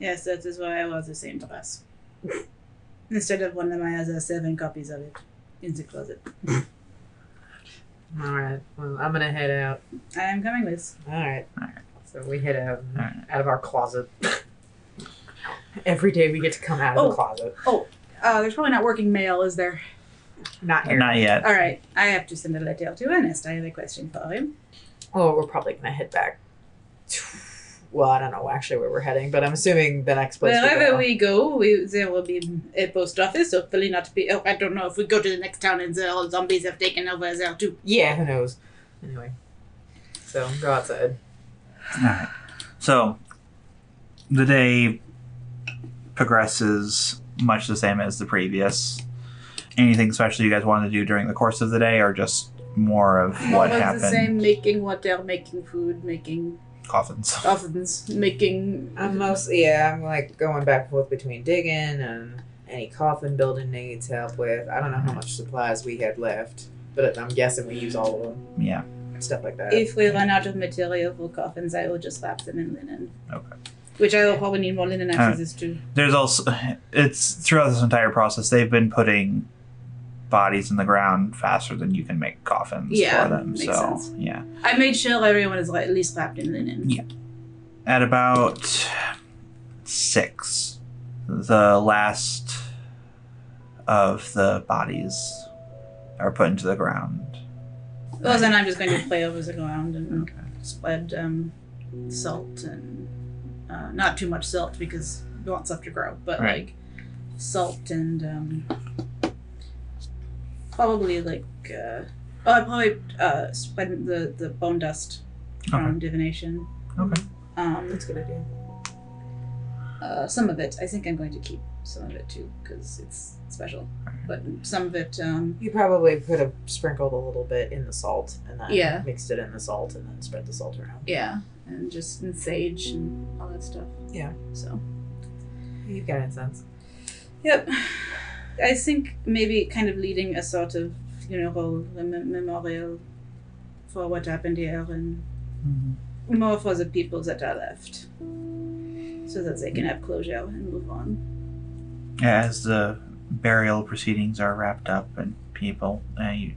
S5: Yes, that is why I was the same dress. Instead of one of my other seven copies of it in the closet.
S6: All right. Well, I'm gonna head out.
S5: I am coming with.
S6: All right.
S8: All
S6: So we head out
S8: Alright.
S6: out of our closet. Every day we get to come out of
S5: Oh.
S6: the closet.
S5: Uh, there's probably not working mail, is there?
S6: Not here.
S8: Not yet.
S5: All right, I have to send a letter to Ernest. I have a question for him.
S6: Well, we're probably gonna head back. to- Well, I don't know actually where we're heading, but I'm assuming the next place.
S5: Wherever
S6: go.
S5: we go, we, there will be a post office. Hopefully, not be. Oh, I don't know if we go to the next town and the old zombies have taken over there too.
S6: Yeah, who knows? Anyway, so go outside.
S8: Alright. So the day progresses much the same as the previous. Anything special you guys wanted to do during the course of the day or just more of
S9: More
S8: what
S9: of
S8: happened?
S9: the same, making water, making food, making
S8: Coffins.
S9: ovens, making.
S6: I'm mostly yeah. I'm like going back and forth between digging and any coffin building needs help with. I don't know how much supplies we had left, but I'm guessing we use all of them.
S8: Yeah.
S6: Stuff like that.
S5: If we run out of material for coffins, I will just wrap them in linen.
S8: Okay.
S5: Which I will probably need more linen after
S8: Uh,
S5: this too.
S8: There's also it's throughout this entire process they've been putting bodies in the ground faster than you can make coffins
S5: Yeah,
S8: for them.
S5: makes
S8: so
S5: sense.
S8: yeah.
S5: I made sure everyone is at least wrapped in linen.
S8: at about six, the last of the bodies are put into the ground.
S5: Well, then I'm just going to play over the ground and spread um, salt and uh, not too much salt because you want stuff to grow, but
S8: Right.
S5: like salt and um, probably like uh, oh, I probably uh, spread the the bone dust from divination.
S8: Okay.
S5: Um,
S6: good idea.
S5: uh, some of it, I think I'm going to keep some of it too because it's special, but some of it. Um,
S6: You probably could have sprinkled a little bit in the salt and then
S5: Yeah.
S6: mixed it in the salt and then spread the salt around.
S5: yeah, and just and sage and all that stuff.
S6: Yeah.
S5: So.
S6: You've got it, sense.
S5: Yep. I think maybe kind of leading a sort of funeral mem- memorial for what happened here and more for the people that are left so that they can have closure and move on.
S8: As the burial proceedings are wrapped up and people uh, you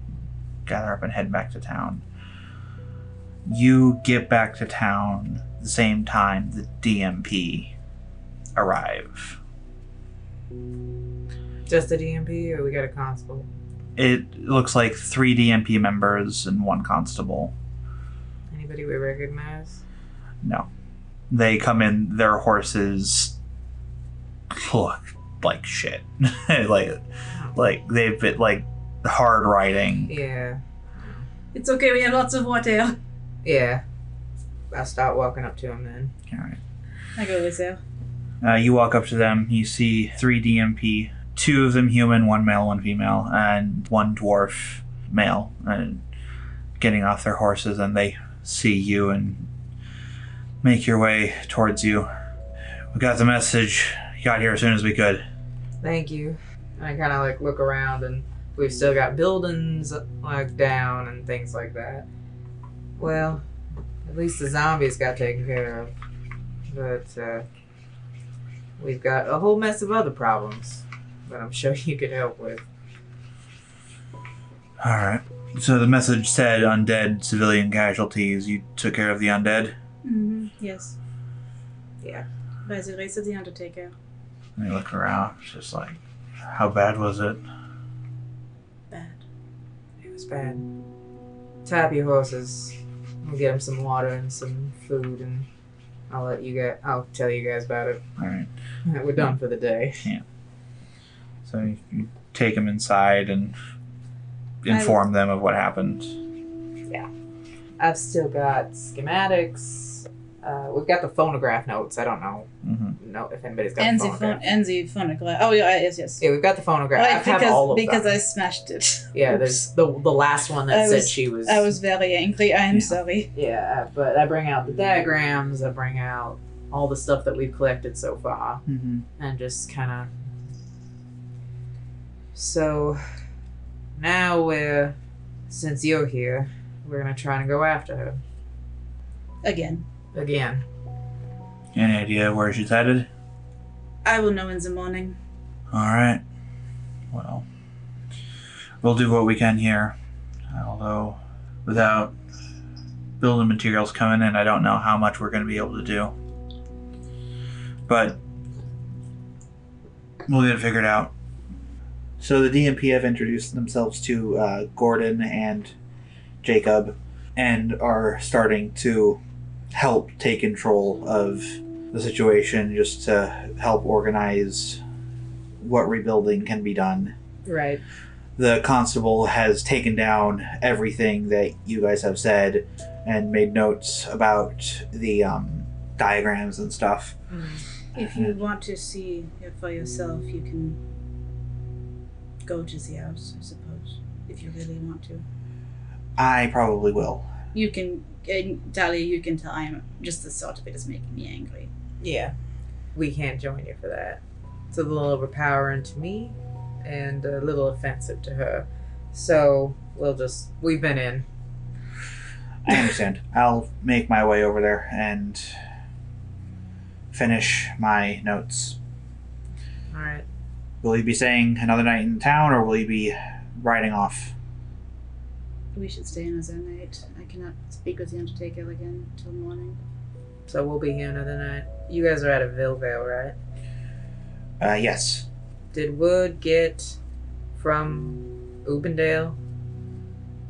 S8: gather up and head back to town, you get back to town the same time the DMP arrive.
S6: Just a DMP or we got a constable?
S8: It looks like three DMP members and one constable.
S6: Anybody we recognize?
S8: No. They come in, their horses look like shit. like like they've been like hard riding.
S6: Yeah.
S5: It's okay, we have lots of water.
S6: Yeah. I'll start walking up to him then.
S8: Alright.
S5: I go with there.
S8: Uh, you walk up to them, you see three DMP, two of them human, one male, one female, and one dwarf male, and getting off their horses and they see you and make your way towards you. We got the message. Got here as soon as we could.
S6: Thank you. And I kind of like look around, and we've still got buildings like down and things like that. Well, at least the zombies got taken care of, but uh, we've got a whole mess of other problems that I'm sure you could help with.
S8: All right. So the message said undead civilian casualties. You took care of the undead.
S5: Mm-hmm. Yes.
S6: Yeah.
S5: By the race of the Undertaker.
S8: And you look around. It's just like, how bad was it?
S5: Bad.
S6: It was bad. Tie up your horses. We'll get them some water and some food, and I'll let you guys. I'll tell you guys about it.
S8: All right.
S6: We're done for the day.
S8: So you, you take them inside and inform them of what happened.
S6: I've still got schematics. Uh, we've got the phonograph notes. I don't know,
S8: hmm
S6: know if anybody's got
S5: And
S6: the
S5: the,
S6: phonograph.
S5: phone, and the phonograph. Oh, yeah, yes, yes.
S6: yeah, we've got the phonograph.
S5: Right,
S6: I have
S5: because,
S6: all of
S5: because
S6: them.
S5: I smashed it.
S6: yeah, there's the the last one that
S5: I
S6: said
S5: was-
S6: she was.
S5: I was very angry. I am
S8: Yeah.
S5: sorry.
S6: Yeah, but I bring out the diagrams. I bring out Mm-hmm. all the stuff that we've collected so far,
S8: hmm
S6: and just kind of So now we're, since you're here, we're gonna try and go after her
S5: Again.
S6: again.
S3: Any idea where she's headed?
S5: I will know in the morning.
S3: All right. Well, we'll do what we can here. Although, without building materials coming in, I don't know how much we're going to be able to do. But we'll get it figured out.
S8: So the DMP have introduced themselves to uh, Gordon and Jacob and are starting to help take control of the situation just to help organize what rebuilding can be done.
S10: Right.
S8: The constable has taken down everything that you guys have said and made notes about the um, diagrams and stuff.
S5: If you want to see it for yourself, you can go to the house, I suppose, if you really want to.
S8: I probably will.
S5: You can, and Dali, you can tell I'm just the thought of it is making me angry.
S6: Yeah. We can't join you for that. It's a little overpowering to me and a little offensive to her. So we'll just, we've been in.
S8: I understand. I'll make my way over there and finish my notes.
S6: All right.
S8: Will you be staying another night in town or will you be riding off?
S5: We should stay in as our night. I cannot speak with the Undertaker again till morning.
S6: So we'll be here another night. You guys are out of Villevale, right?
S8: Uh, yes.
S6: Did Wood get from Ubendale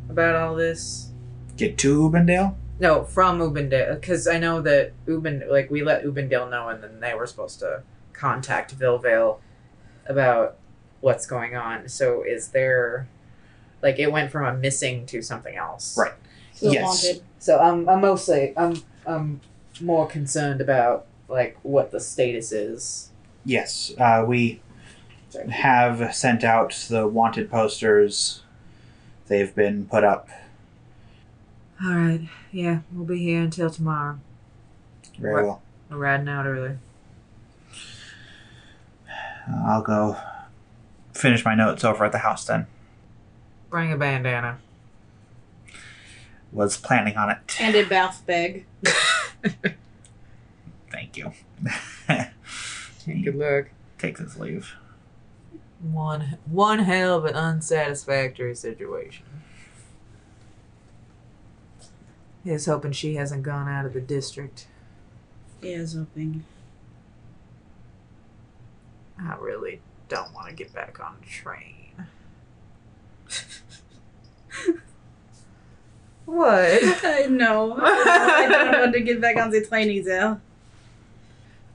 S6: about all this?
S8: Get to Ubendale?
S6: No, from Ubendale, because I know that Uben, like we let Ubendale know, and then they were supposed to contact Villevale about what's going on. So is there, like, it went from a missing to something else,
S8: Right. yes.
S6: So I'm, I'm mostly, I'm, I'm more concerned about like what the status is.
S8: Yes. Uh, we
S6: Sorry.
S8: have sent out the wanted posters. They've been put up.
S6: All right, yeah, we'll be here until tomorrow.
S8: Very
S6: Right.
S8: well.
S6: We're riding out early.
S8: Uh, I'll go finish my notes over at the house then.
S6: Bring a bandana.
S8: Was planning on it.
S11: And a bath bag.
S3: Thank you.
S6: Good luck.
S3: Take this leave.
S6: One, one hell of an unsatisfactory situation. He's hoping she hasn't gone out of the district.
S5: Ears open.
S6: I really don't want to get back on a train. what?
S5: I know. I don't want to get back on the train either.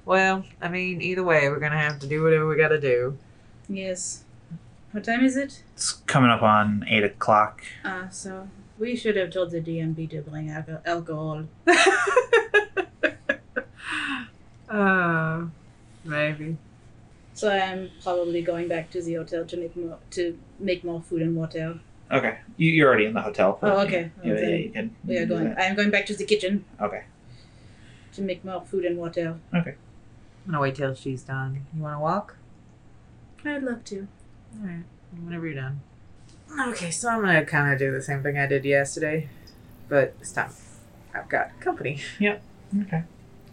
S6: Well, I mean, either way, we're gonna have to do whatever we gotta do.
S5: Yes. What time is it?
S3: It's coming up on 8 o'clock.
S5: Uh, so we should have told the DMB to bring alco- alcohol.
S6: Uh, maybe.
S5: So I'm probably going back to the hotel to make more to make more food and water.
S8: Okay. You- You're already in the hotel.
S5: Oh, okay.
S8: Yeah, yeah,
S5: Then
S8: you can.
S5: We
S8: you
S5: are
S8: can do
S5: going.
S8: that.
S5: I am going back to the kitchen
S8: Okay.
S5: to make more food and water.
S6: I'm gonna wait till she's done. You wanna walk?
S5: I'd love to.
S6: Alright, whenever you're done. Okay, so I'm gonna kind of do the same thing I did yesterday, but this time I've got company.
S8: Okay.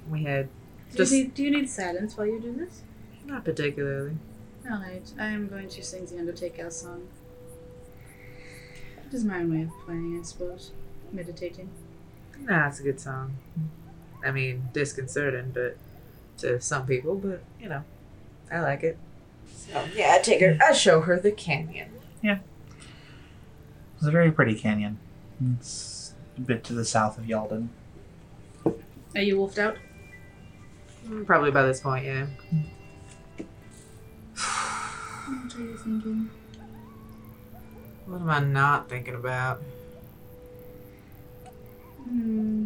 S6: We had
S5: Do
S6: Just-
S5: you, need, do you need silence while you do this?
S6: not particularly.
S5: All right. I am going to sing the Undertaker song. It is my way of praying, I suppose. Meditating.
S6: Nah, it's a good song. I mean, disconcerting, but to some people, but you know, I like it. So yeah, I take her. I show her the canyon.
S8: It's a very pretty canyon. It's a bit to the south of Yalden.
S5: Are you wolfed out?
S6: Mm, Probably by this point, yeah.
S5: What are you thinking?
S6: What am I not thinking about?
S5: Hmm.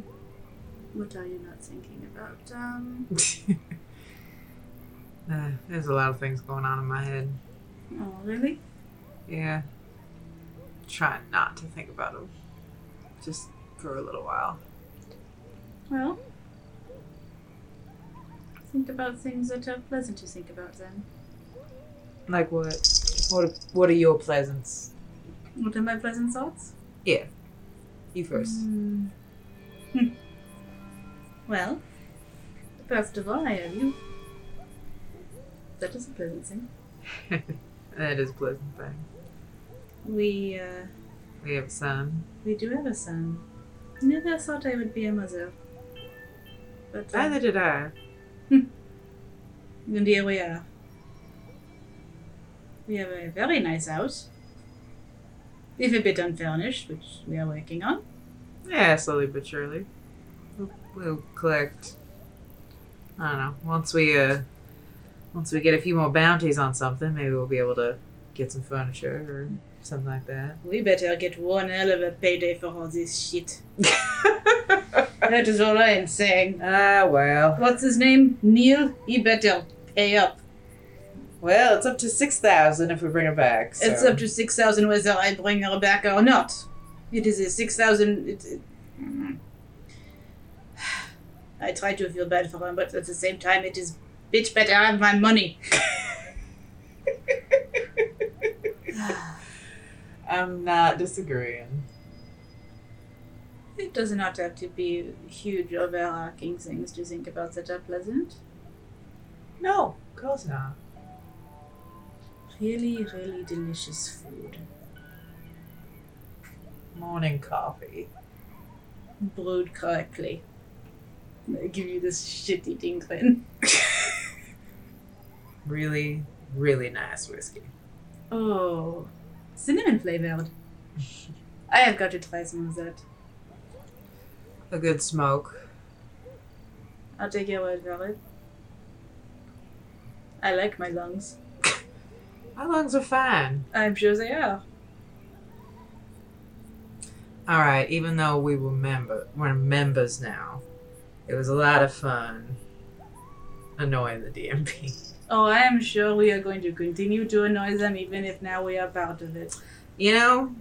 S5: What are you not thinking about? Um.
S6: Uh, there's a lot of things going on in my head.
S5: Oh, really?
S6: Yeah. Try not to think about them. Just for a little while.
S5: Well. Think about things that are pleasant to think about then.
S6: Like what? What What are your pleasants?
S5: What are my pleasant thoughts?
S6: You first.
S5: Hmm.
S12: Well, first of all, I have you. That is a pleasant thing.
S6: That is a pleasant thing.
S5: We, uh,
S6: We have some.
S5: we do have a son. Never thought I would be a mother. But uh,
S6: Neither did I.
S5: and here we are. We have a very nice house. If a bit unfurnished, which we are working on.
S6: Yeah, slowly but surely. We'll, we'll collect. I don't know. Once we uh, once we get a few more bounties on something, maybe we'll be able to get some furniture or something like that.
S5: We better get one hell of a payday for all this shit. that is all I am saying.
S6: Ah, well.
S5: What's his name? Neil? He better pay up.
S6: Well, it's up to six thousand if we bring her back. So.
S5: It's up to 6,000 whether I bring her back or not. It is a 6,000. It, it, I try to feel bad for him, but at the same time, it is bitch better I have my money.
S6: I'm not disagreeing.
S5: It does not have to be huge, overarching things to think about that are pleasant.
S6: No, of course not.
S5: Really, really delicious food.
S6: Morning coffee.
S5: brewed correctly. I give you this shit eating grin.
S6: Really, really nice whiskey.
S5: Oh, cinnamon flavored. I have got to try some of that.
S6: A good smoke.
S5: I'll take your word for it. I like my lungs.
S6: My lungs are fine.
S5: I'm sure they are.
S6: All right, even though we were member, we're members now. It was a lot of fun annoying the DMP.
S5: Oh, I am sure we are going to continue to annoy them even if now we are part of it.
S6: You know,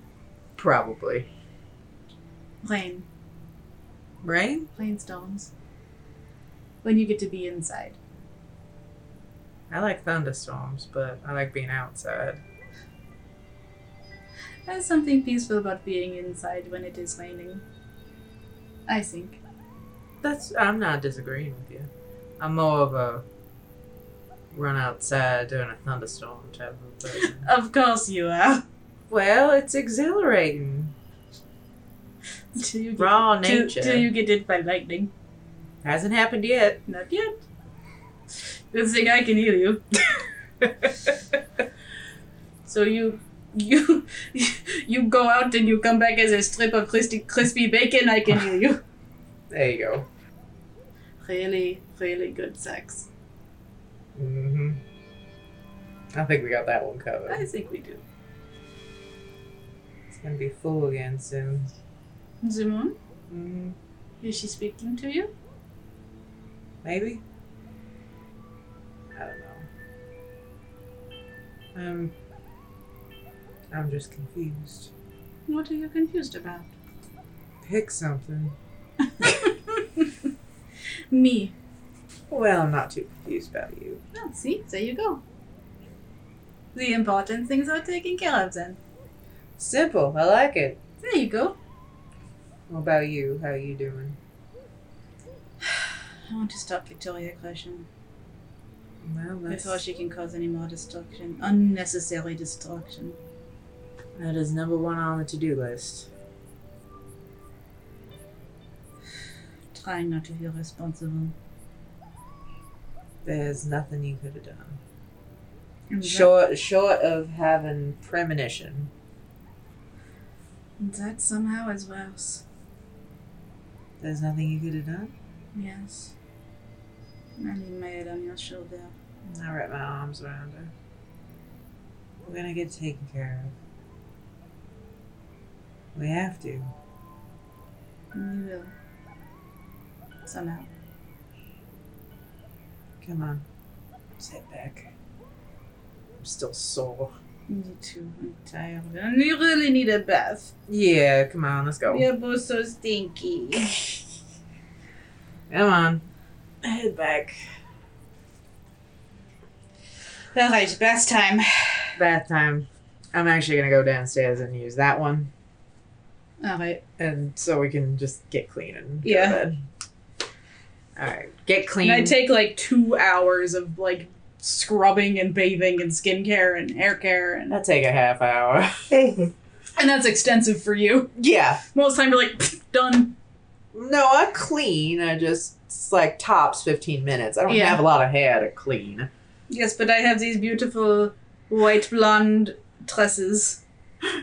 S6: probably
S5: Rain.
S6: right.
S5: Rainstorms. When you get to be inside.
S6: I like thunderstorms, but I like being outside.
S5: There's something peaceful about being inside when it is raining. I think.
S6: That's I'm not disagreeing with you. I'm more of a run outside during a thunderstorm type of person.
S5: Of course you are.
S6: well, it's exhilarating.
S5: Till you get,
S6: Raw
S5: till-
S6: nature
S5: till you get hit by lightning.
S6: hasn't happened yet.
S5: Not yet. Good thing I can hear you. so you you you go out and you come back as a strip of crispy, crispy bacon. I can hear you.
S6: There you go.
S5: Really, really good sex.
S6: hmm I think we got that one covered.
S5: I think we do.
S6: It's gonna be full again soon.
S5: Zimon,
S6: Mm,
S5: is she speaking to you?
S6: maybe? I don't know. Um, I'm just confused.
S5: What are you confused about?
S6: Pick something.
S5: Me.
S6: Well, I'm not too confused about you.
S5: Well, see, there you go. The important things are taken care of then.
S6: Simple. I like it.
S5: There you go.
S6: What about you? How you doing?
S5: I want to stop Victoria Gresham
S6: Well, that's,
S5: before she can cause any more destruction, unnecessary destruction.
S6: that is number one on the to-do list.
S5: Trying not to feel responsible.
S6: There's nothing you could have done.
S5: And that-
S6: Short, short of having premonition.
S5: That somehow is worse.
S6: There's nothing you could have done.
S5: Yes. I lean my head on your shoulder.
S6: I wrap my arms around her. We're gonna get taken care of. We have to.
S5: And you will. Somehow.
S6: Come on. Sit back. I'm still sore.
S5: Me too. I'm tired. And you really need a bath.
S6: Yeah, come on, let's go.
S5: We are both so stinky.
S6: Come on. Head back.
S5: Alright, bath time.
S13: bath time. I'm actually gonna go downstairs and use that one,
S5: All right.
S13: and so we can just get clean and go to
S5: Yeah.
S13: bed. All right, get clean.
S5: And I take like two hours of like scrubbing and bathing and skincare and hair care and
S13: I'll take a half hour.
S5: and that's extensive for you.
S13: yeah.
S5: Most time you're like "Pfft, done.
S13: No, I clean. I just it's like tops 15 minutes. I don't
S5: Yeah.
S13: have a lot of hair to clean.
S5: Yes, but I have these beautiful white blonde tresses.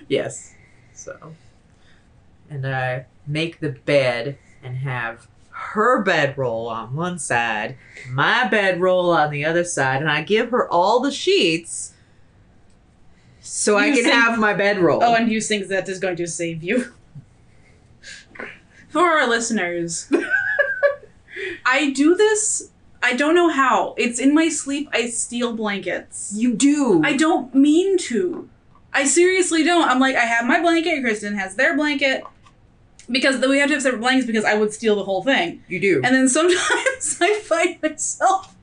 S13: Yes. So. And I make the bed and have her bedroll on one side, my bedroll on the other side, and I give her all the sheets so I
S5: You
S13: can
S5: sing-
S13: have my bedroll.
S5: Oh, and you think that is going to save you? For our listeners, I do this. I don't know how. It's in my sleep. I steal blankets.
S13: you do.
S5: I don't mean to. I seriously don't. I'm like, I have my blanket, Kristen has their blanket. Because we have to have separate blankets because I would steal the whole thing.
S13: you do.
S5: And then sometimes I find myself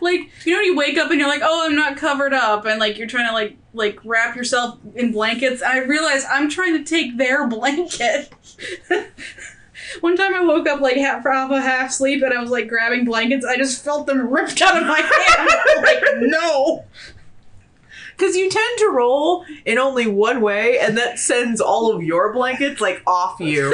S5: like, you know, when you wake up and you're like, oh, I'm not covered up, and like you're trying to like like wrap yourself in blankets. And I realize I'm trying to take their blanket. One time I woke up like half half half sleep and I was like grabbing blankets. I just felt them ripped out of my hand. I'm like no.
S6: Because you tend to roll in only one way, and that sends all of your blankets like off you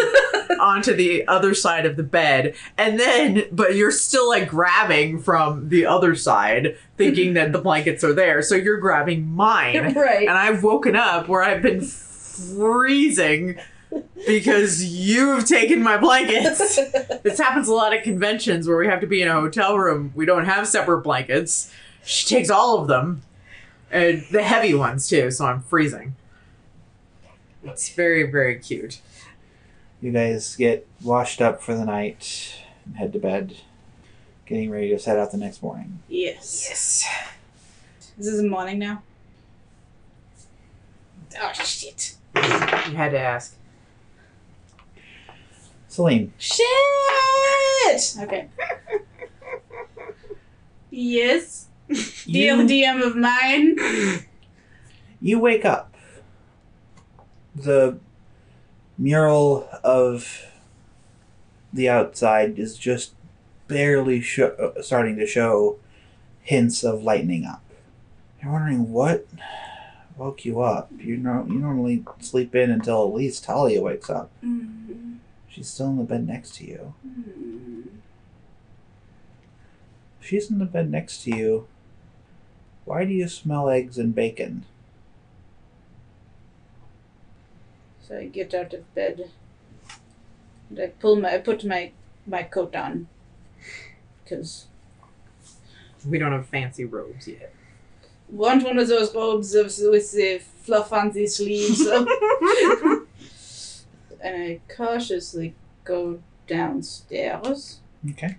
S6: onto the other side of the bed. And then, but you're still like grabbing from the other side, thinking that the blankets are there. So you're grabbing mine.
S5: Right.
S6: And I've woken up where I've been freezing because you've taken my blankets. this happens a lot at conventions where we have to be in a hotel room. We don't have separate blankets. She takes all of them, and the heavy ones too. So I'm freezing. It's very very cute.
S8: You guys get washed up for the night and head to bed, getting ready to set out the next morning.
S5: Yes. Yes. This is morning now. Oh shit.
S13: you had to ask.
S8: Celine,
S5: Shit. Okay. yes. Dear
S8: you,
S5: DM of mine.
S8: you wake up. The mural of the outside is just barely sho- uh, starting to show hints of lightening up. You're wondering what woke you up. You know, you normally sleep in until at least Talia wakes up. She's still in the bed next to you. If she's in the bed next to you, why do you smell eggs and bacon?
S5: So I get out of bed. And I pull my I put my my coat on. Cause
S13: We don't have fancy robes yet.
S5: want one of those robes of, with the fluff on the sleeves. and I cautiously go downstairs
S8: Okay.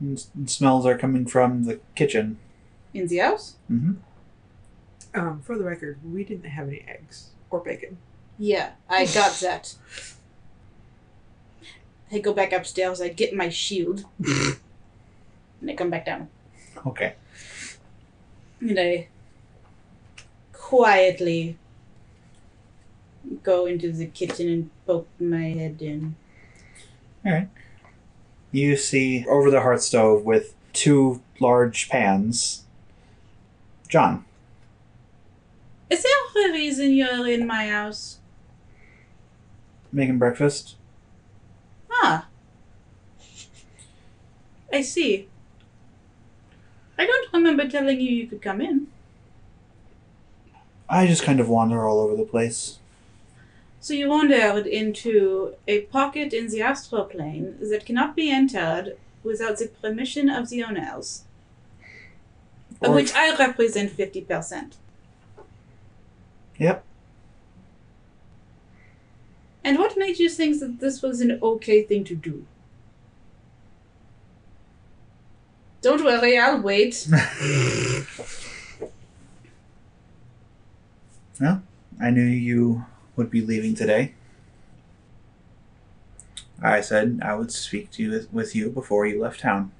S8: And s- and smells are coming from the kitchen.
S5: in the house.
S8: Mm-hmm.
S13: Um, for the record, we didn't have any eggs or bacon.
S5: Yeah, I got that. I go back upstairs. I get my shield, and I come back down.
S8: Okay.
S5: And I quietly go into the kitchen and poke my head in.
S8: You see over the hearth stove with two large pans. John,
S5: Is there a reason you're in my house?
S8: making breakfast.
S5: Ah. I see. I don't remember telling you you could come in.
S8: I just kind of wander all over the place.
S5: So you wandered into a pocket in the astral plane that cannot be entered without the permission of the owners, of
S8: Or-
S5: which I represent 50%.
S8: Yep.
S5: And what made you think that this was an okay thing to do? Don't worry, I'll wait.
S8: I knew you would be leaving today. I said I would speak to you with you before you left town.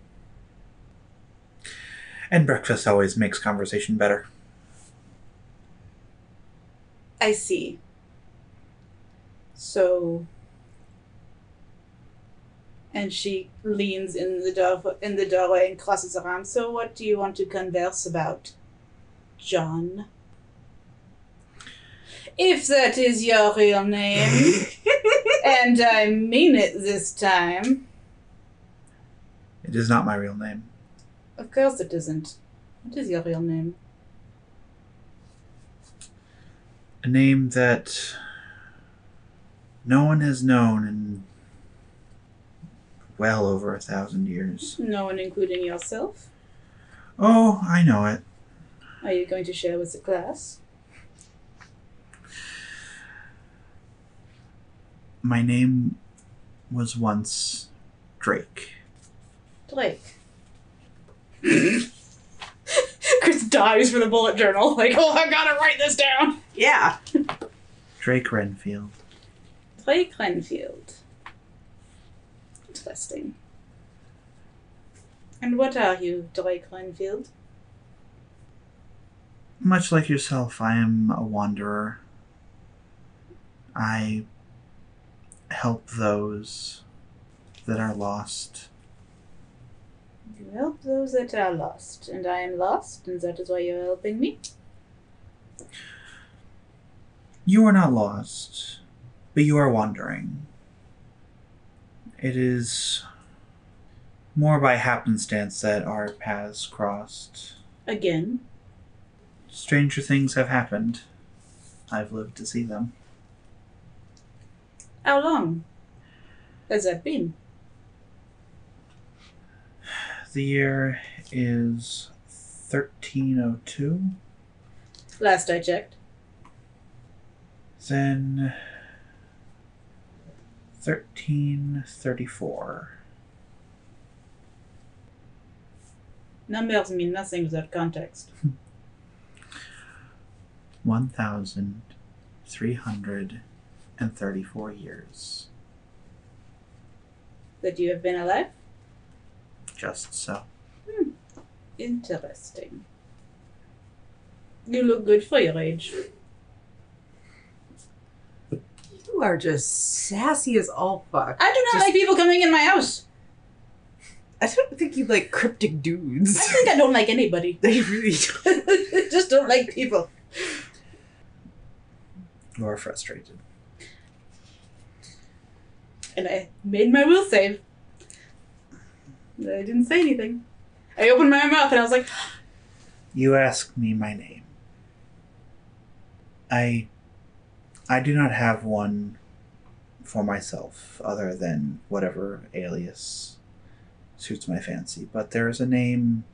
S8: And breakfast always makes conversation better.
S5: I see. So. And she leans in the door in the doorway and crosses her arms. So, what do you want to converse about, John? If that is your real name, and I mean it this time.
S3: It is not my real name.
S5: Of course, it isn't. What is your real name?
S8: A name that no one has known in well over a thousand years.
S5: No one, including yourself.
S8: Oh, I know it.
S5: Are you going to share with the class?
S8: My name was once Drake.
S5: Drake. Chris dives for the bullet journal. Like, oh, I gotta write this down.
S7: Yeah.
S8: Drake Renfield.
S5: Drake Renfield. Interesting. And what are you, Drake Renfield?
S8: Much like yourself, I am a wanderer. I help those that are lost.
S5: You help those that are lost, and I am lost, and that is why you're helping me.
S8: You are not lost, but you are wandering. It is more by happenstance that our paths crossed.
S5: Again.
S8: Stranger things have happened. I've lived to see them.
S5: How long has that been?
S8: The year is 1302.
S5: Last I checked.
S8: Then 1334.
S5: Numbers mean nothing without context.
S8: 1334 years.
S5: That you have been alive?
S8: Just so.
S5: Interesting. You look good for your age.
S6: You are just sassy as all fuck.
S5: I do not like people coming in my house.
S6: I don't think you like cryptic
S5: I
S6: dudes.
S5: think I don't like anybody.
S6: they really don't.
S5: Just don't like people.
S8: You are frustrated.
S5: And I made my will save. But I didn't say anything. I opened my mouth and I was like,
S8: You ask me my name. I I do not have one for myself other than whatever alias suits my fancy, but there is a name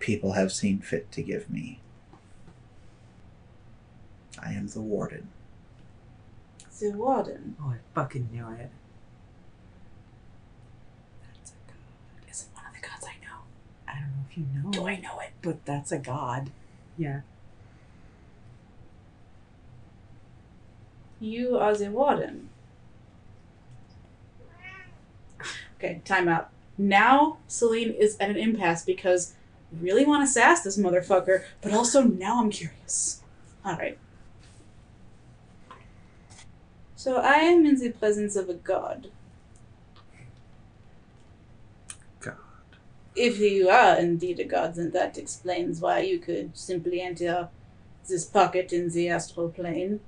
S8: people have seen fit to give me. I am the warden.
S5: the warden.
S6: Oh, I fucking knew it. That's a god. Is it one of the gods I know? I don't know if you know. Do I know it? But that's a god. Yeah.
S5: You are the warden. Okay, time out. Now Celine is at an impasse because I really want to sass this motherfucker, but also now I'm curious. Alright. So I am in the presence of a god.
S8: God.
S5: If you are indeed a god, then that explains why you could simply enter this pocket in the astral plane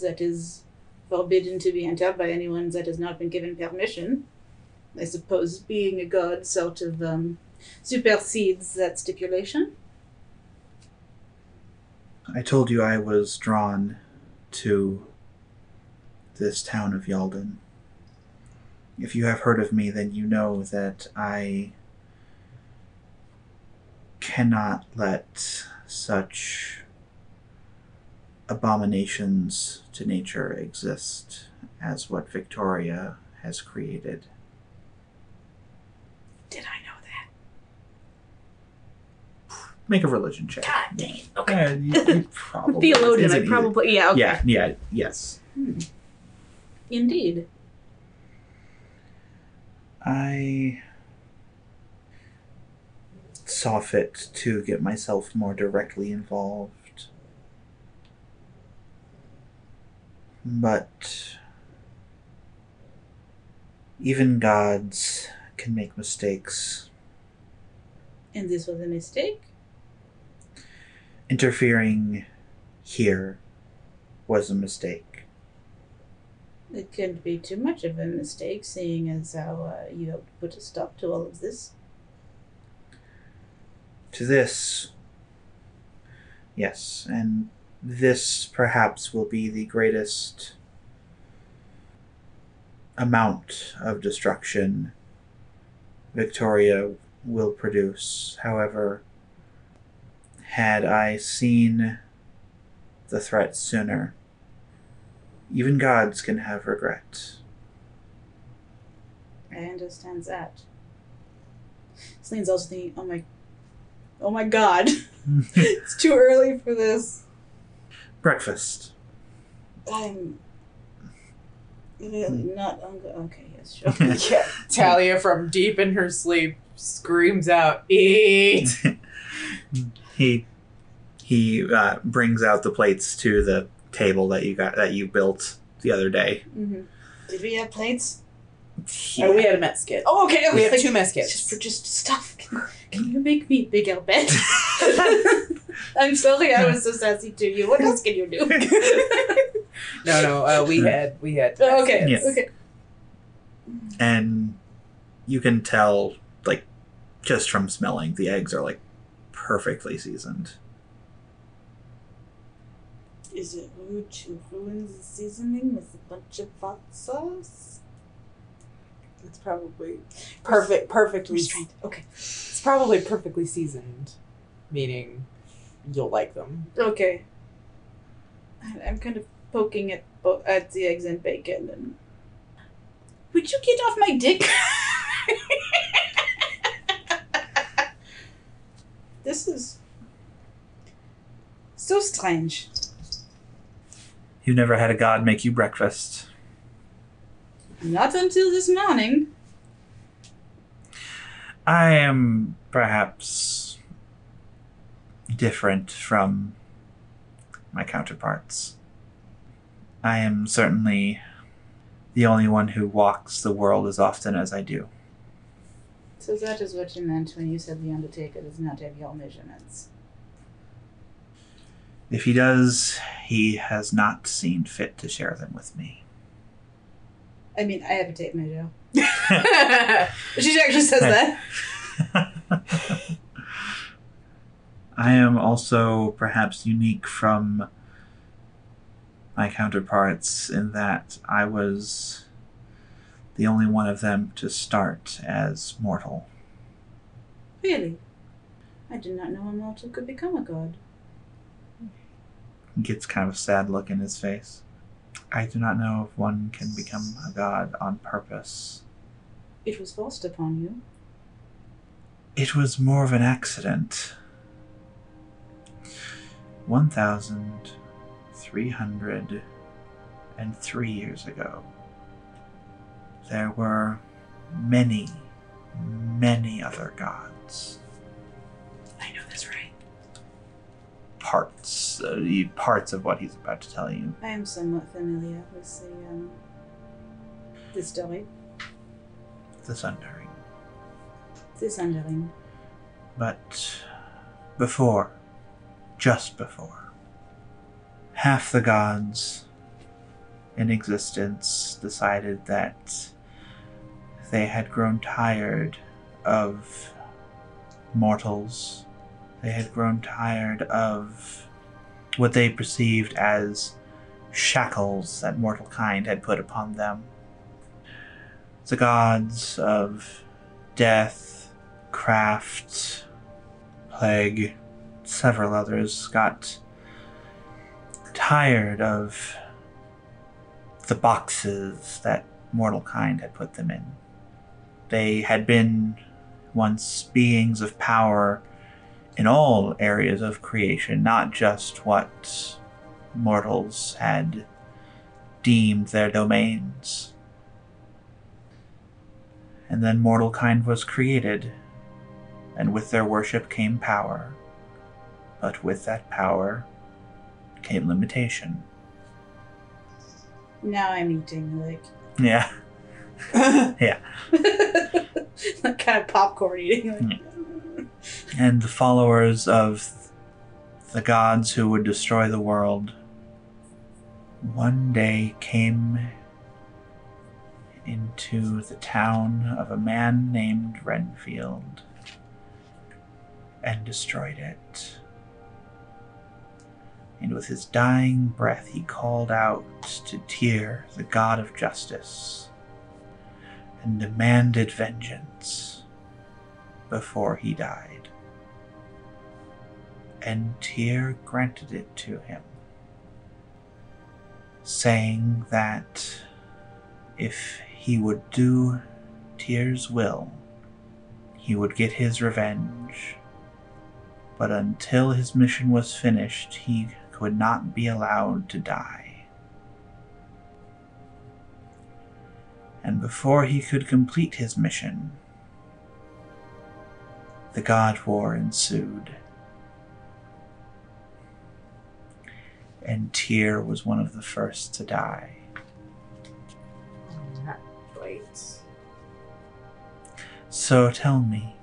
S5: that is forbidden to be entered by anyone that has not been given permission. I suppose being a god sort of um, supersedes that stipulation.
S8: I told you I was drawn to this town of Yalden. If you have heard of me, then you know that I cannot let such abominations to nature exist as what Victoria has created.
S5: Did I know that?
S8: Make a religion check.
S5: God dang it.
S8: Yeah, you- you probably-
S2: Theologian,
S8: it's
S2: I
S8: an easy-
S2: probably. Yeah, okay.
S8: Yeah, yeah, yes.
S5: Indeed.
S8: I saw fit to get myself more directly involved But even gods can make mistakes.
S5: And this was a mistake?
S8: Interfering here was a mistake.
S5: It can't be too much of a mistake, seeing as how uh, you have put a stop to all of this.
S8: To this, yes, and this perhaps will be the greatest amount of destruction Victoria will produce. However, had I seen the threat sooner, even gods can have regret.
S5: I understand that. Celine's also thinking, oh my, oh my god, it's too early for this.
S8: Breakfast.
S5: I'm really not hungry. Okay, yes, sure.
S7: Yeah, Talia from deep in her sleep screams out, "Eat!"
S8: He he uh, brings out the plates to the table that you got that you built the other day.
S5: hmm Did we have plates?
S8: Yeah.
S5: Oh, we had a Mexican.
S7: Oh, okay.
S5: We have
S7: two
S5: Just for just stuff. Can, can you make me Big El Ben? I'm sorry, I was so sassy to you. What else can you do?
S7: No, no. Uh, we had we had.
S5: Oh, okay,
S8: Yes.
S5: okay.
S8: and you can tell like just from smelling the eggs are like perfectly seasoned
S5: Is it rude to ruin the seasoning with a bunch of hot sauce?
S7: It's probably perfect. Perfectly
S5: Restraint. Okay.
S7: It's probably perfectly seasoned, meaning you'll like them.
S5: Okay. I- I'm kind of poking at bo- at the eggs and bacon. And would you get off my dick? this is so strange.
S8: you've never had a god make you breakfast
S5: Not until this morning.
S8: i am perhaps different from my counterparts i am certainly the only one who walks the world as often as i do
S5: So that is what you meant when you said the Undertaker does not have your measurements.
S8: if he does he has not seen fit to share them with me
S5: I mean, I have a tape measure. she actually says that.
S8: I am also perhaps unique from my counterparts in that I was the only one of them to start as mortal.
S5: Really? I did not know a mortal could become a god.
S8: He gets kind of a sad look in his face. I do not know if one can become a god on purpose.
S5: It was forced upon you.
S8: It was more of an accident. 1,303 years ago, there were many, many other gods.
S5: I know that's right.
S8: Parts, uh, the parts of what he's about to tell you.
S5: I am somewhat familiar with the um, the story,
S8: The Sundering.
S5: the Sunderling.
S8: But before, just before, half the gods in existence decided that they had grown tired of mortals. They had grown tired of what they perceived as shackles that mortal kind had put upon them. The gods of death, Craft, Plague, several others got tired of the boxes that mortal kind had put them in. They had been once beings of power in all areas of creation, not just what mortals had deemed their domains. And then mortal kind was created and with their worship came power. But with that power came limitation.
S5: Now I'm eating like
S8: Yeah.
S5: like kind of popcorn eating. Like,
S8: And the followers of the gods who would destroy the world one day came into the town of a man named Renfield and destroyed it. And with his dying breath, he called out to Tyr, the god of justice, and demanded vengeance before he died. And Tyr granted it to him, saying that if he would do Tyr's will, he would get his revenge. But until his mission was finished, he could not be allowed to die. And before he could complete his mission, the God War ensued. And Tyr was one of the first to die.
S6: Wait.
S8: So tell me,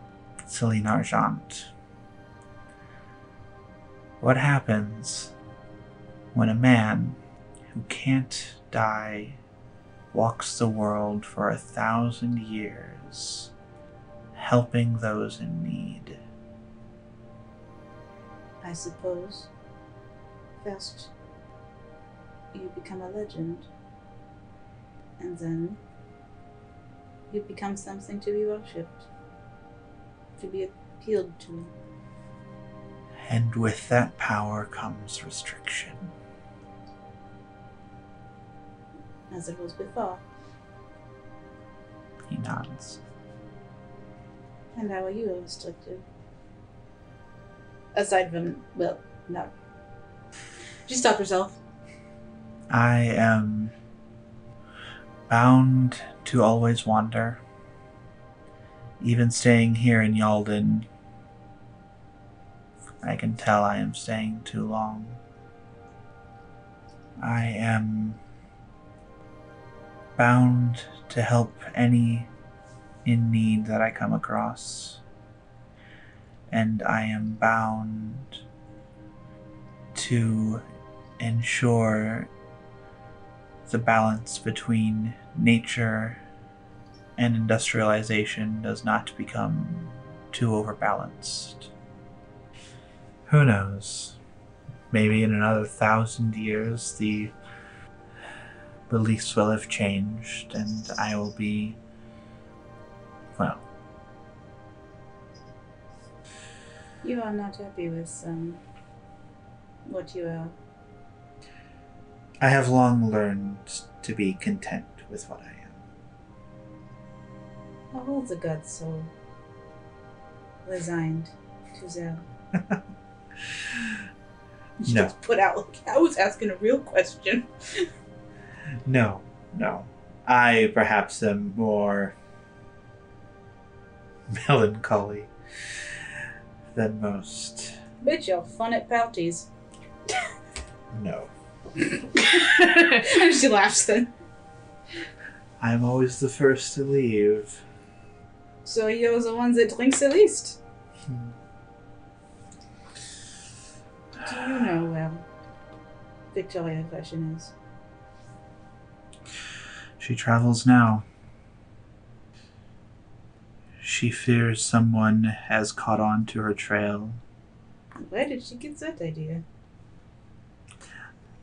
S8: Celine Argent, what happens when a man who can't die walks the world for a thousand years, helping those in need?
S5: I suppose first you become a legend, and then you become something to be worshipped, to be appealed to.
S8: And with that power comes restriction.
S5: as it was before.
S8: He nods.
S5: And how are you restricted? Aside from, well, no. She stopped herself.
S8: I am bound to always wander. Even staying here in Yalden, I can tell I am staying too long. I am bound to help any in need that I come across. And I am bound to ensure the balance between nature and industrialization does not become too overbalanced. Who knows? Maybe in another thousand years, the beliefs will have changed, and I will be, well,
S5: You are not happy with um, what you are.
S8: I have long learned to be content with what I am.
S5: Are all the gods so resigned to their. She
S8: No.
S5: gets put out like I was asking a real question.
S8: No, no. I perhaps am more melancholy than most.
S5: Bitch, you're fun at parties.
S8: No.
S5: and she laughs then.
S8: I'm always the first to leave.
S5: So you're the one that drinks the least. Do you know where Victoria Fashion is?
S8: She travels now. She fears someone has caught on to her trail.
S5: Where did she get that idea?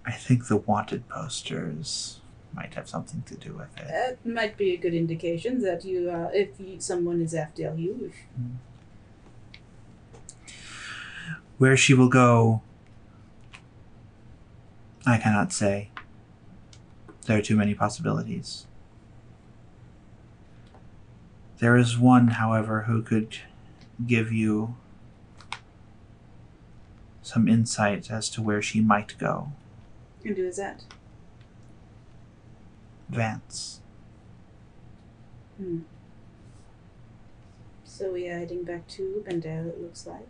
S8: I think the wanted posters might have something to do with it.
S5: That might be a good indication that you, uh, if you, someone is after you, if
S8: Where she will go, I cannot say. There are too many possibilities. There is one, however, who could give you some insight as to where she might go.
S5: you do that.
S8: Vance.
S5: So we are heading back to Bendel, it looks like.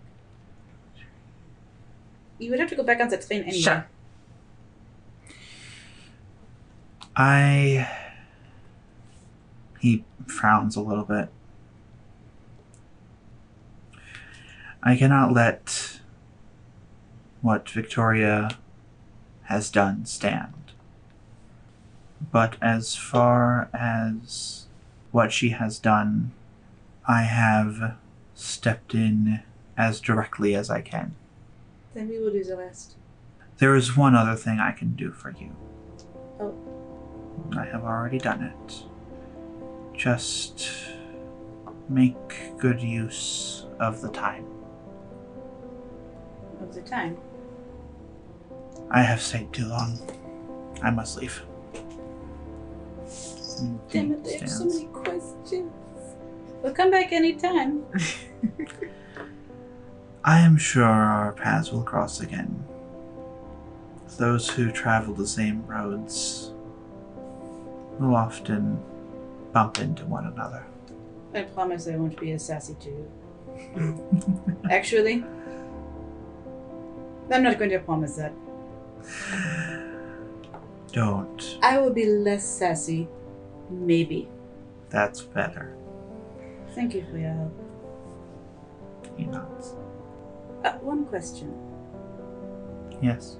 S5: You would have to go back on the train anyway.
S1: Sure.
S8: I. He frowns a little bit. I cannot let what Victoria has done stand. But as far as what she has done, I have stepped in as directly as I can.
S5: Then we will do the rest.
S8: There is one other thing I can do for you.
S5: Oh.
S8: I have already done it. Just make good use of the time.
S5: Of the time.
S8: I have stayed too long. I must leave. And he
S5: Damn it, I have so
S8: stands.
S5: many questions. We'll come back anytime.
S8: I am sure our paths will cross again. Those who travel the same roads will often bump into one another.
S5: I promise I won't be as sassy to you. Actually, I'm not going to promise that.
S8: Don't.
S5: I will be less sassy, maybe.
S8: That's better.
S5: Thank you for your help.
S8: He nods.
S5: Uh, one question.
S8: Yes.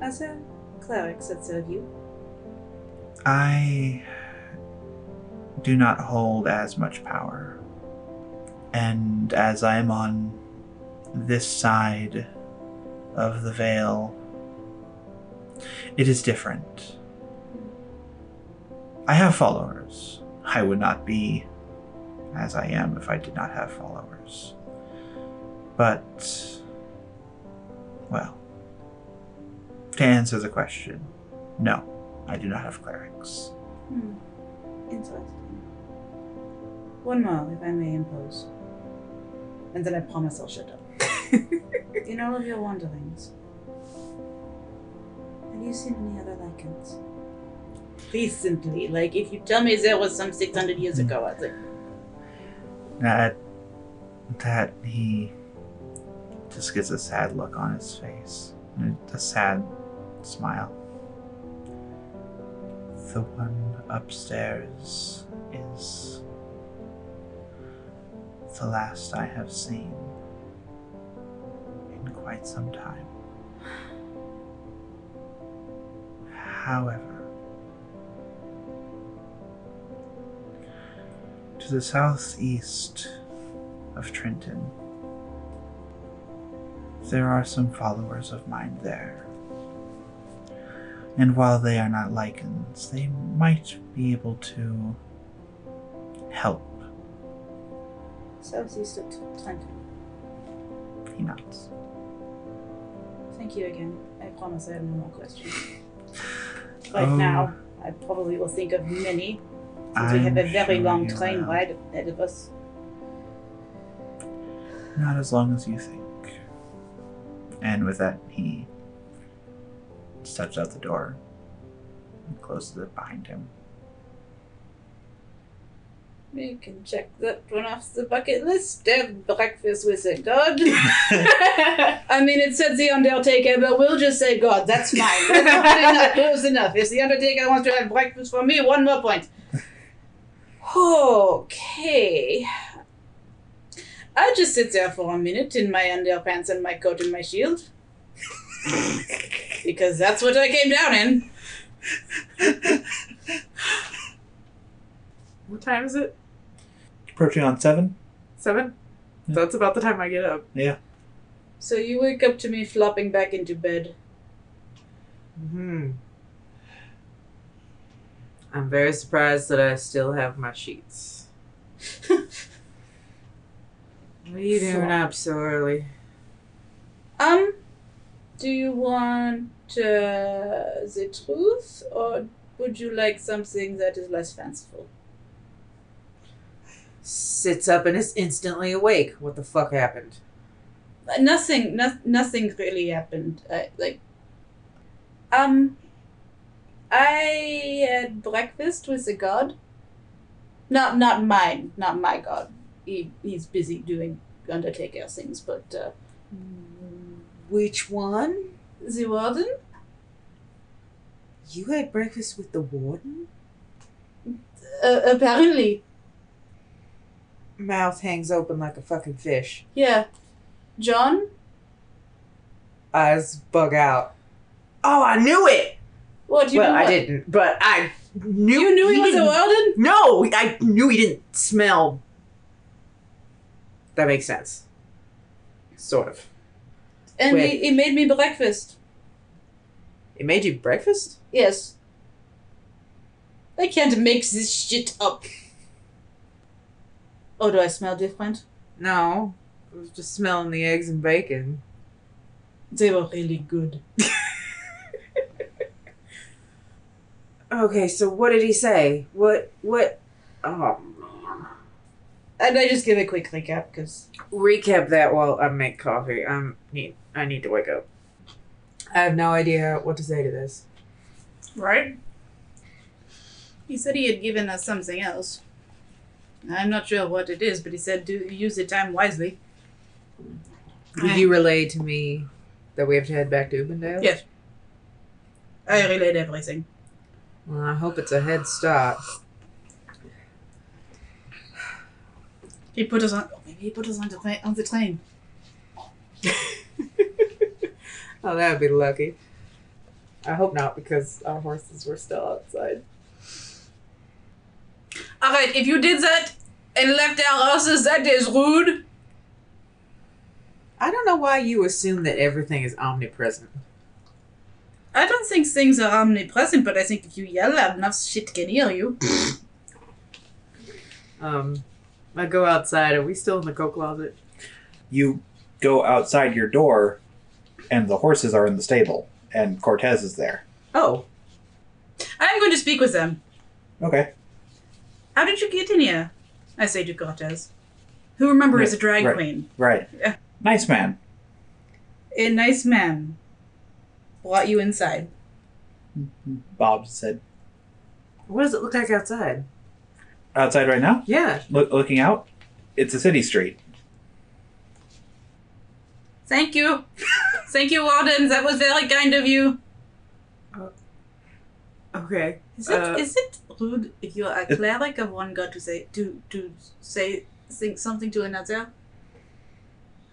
S5: Are there clerics that serve you?
S8: I do not hold as much power. And as I am on this side of the veil, it is different. I have followers. I would not be as I am if I did not have followers. But, well, to answer the question, no. I do not have clerics.
S5: Hmm. Interesting. One more, if I may impose. And then I promise I'll shut up. In all of your wanderings, have you seen any other lichens? Recently, like if you tell me there was some 600 years ago, I was like,
S8: That that he just gets a sad look on his face, and a sad smile. The one upstairs is the last I have seen in quite some time. However, to the southeast of Trenton. There are some followers of mine there. And while they are not lichens, they might be able to help.
S5: southeast of Trenton.
S8: He nods.
S5: Thank you again. I promise I have no more questions. Right
S8: Oh.
S5: now, I probably will think of many Since we
S8: I'm
S5: have a very
S8: sure
S5: long
S8: you
S5: train
S8: will.
S5: ride ahead of us.
S8: Not as long as you think. And with that, he steps out the door and closes it behind him.
S5: We can check that one off the bucket list. Have breakfast with a god. I mean, it said the Undertaker, but we'll just say God. That's fine. That's not enough. Close enough. If the Undertaker wants to have breakfast for me, one more point. Okay. I'll just sit there for a minute in my underpants and my coat and my shield. because that's what I came down in.
S6: What time is it?
S8: Approaching on seven?
S6: Seven?
S8: Yeah.
S6: That's about the time I get up.
S5: So you wake up to me flopping back into bed.
S7: Hmm.
S6: Mm-hmm. I'm very surprised that I still have my sheets. what are you doing up so early?
S5: Um, do you want uh, the truth, or would you like something that is less fanciful?
S7: Sits up and is instantly awake. What the fuck happened?
S5: Uh, Nothing, no, nothing really happened. I, like, um, I had breakfast with a god. Not, not mine, not my god. He, he's busy doing undertaker things, but uh,
S7: Which one?
S5: the warden.
S6: You had breakfast with the warden?
S1: Uh, apparently,
S6: Mouth hangs open like a fucking fish.
S1: yeah. John?
S6: Eyes bug out. Oh, I knew it!
S1: What, you
S6: well,
S1: know
S6: I
S1: what?
S6: didn't, but I knew
S1: You knew he, was a
S6: didn't-
S1: warden?
S6: No, I knew he didn't smell. That makes sense. Sort of.
S1: And he,
S6: Wait.
S1: he made me breakfast.
S6: It made you breakfast?
S1: Yes. I can't make this shit up. Oh, do I smell different?
S6: No. I was just smelling the eggs and bacon.
S1: They were really good.
S6: Okay, so what did he say? What what oh
S1: And I just give a quick recap because
S6: recap that while I make coffee. I'm need I need to wake up. I have no idea what to say to this.
S5: Right?
S1: He said he had given us something else.
S5: I'm not sure what it is, but he said do use the time wisely.
S6: Will
S5: I-
S6: you relay to me that we have to head back to Ubendale?
S5: Yes. I relayed everything.
S6: Well, I hope it's a head start.
S5: He put us on. oh, Maybe he put us on the, tra- on the train.
S6: Oh, that would be lucky. I hope not because our horses were still outside.
S1: All right, if you did that and left our houses, that is rude.
S6: I don't know why you assume that everything is omnipresent.
S5: I don't think things are omnipresent, but I think if you yell loud enough, shit can hear you.
S6: Um, I go outside. Are we still in the coat closet?
S8: You go outside your door, and the horses are in the stable, and Cortez is there.
S6: Oh,
S5: I'm going to speak with them.
S8: Okay.
S5: How did you get in here? I say to Cortez, who remember is a drag
S8: Right.
S5: queen,
S8: Right.
S5: Yeah.
S8: Nice man.
S5: a nice man. Brought you inside.
S8: Bob said.
S6: what does it look like outside?
S8: Outside right now?
S6: Yeah.
S8: Look, looking out? It's a city street.
S1: Thank you. Thank you, Warden. That was very kind of you.
S6: Okay.
S5: Is it
S6: Uh,
S5: is it rude if you're a cleric of one god to say to to say think something to another?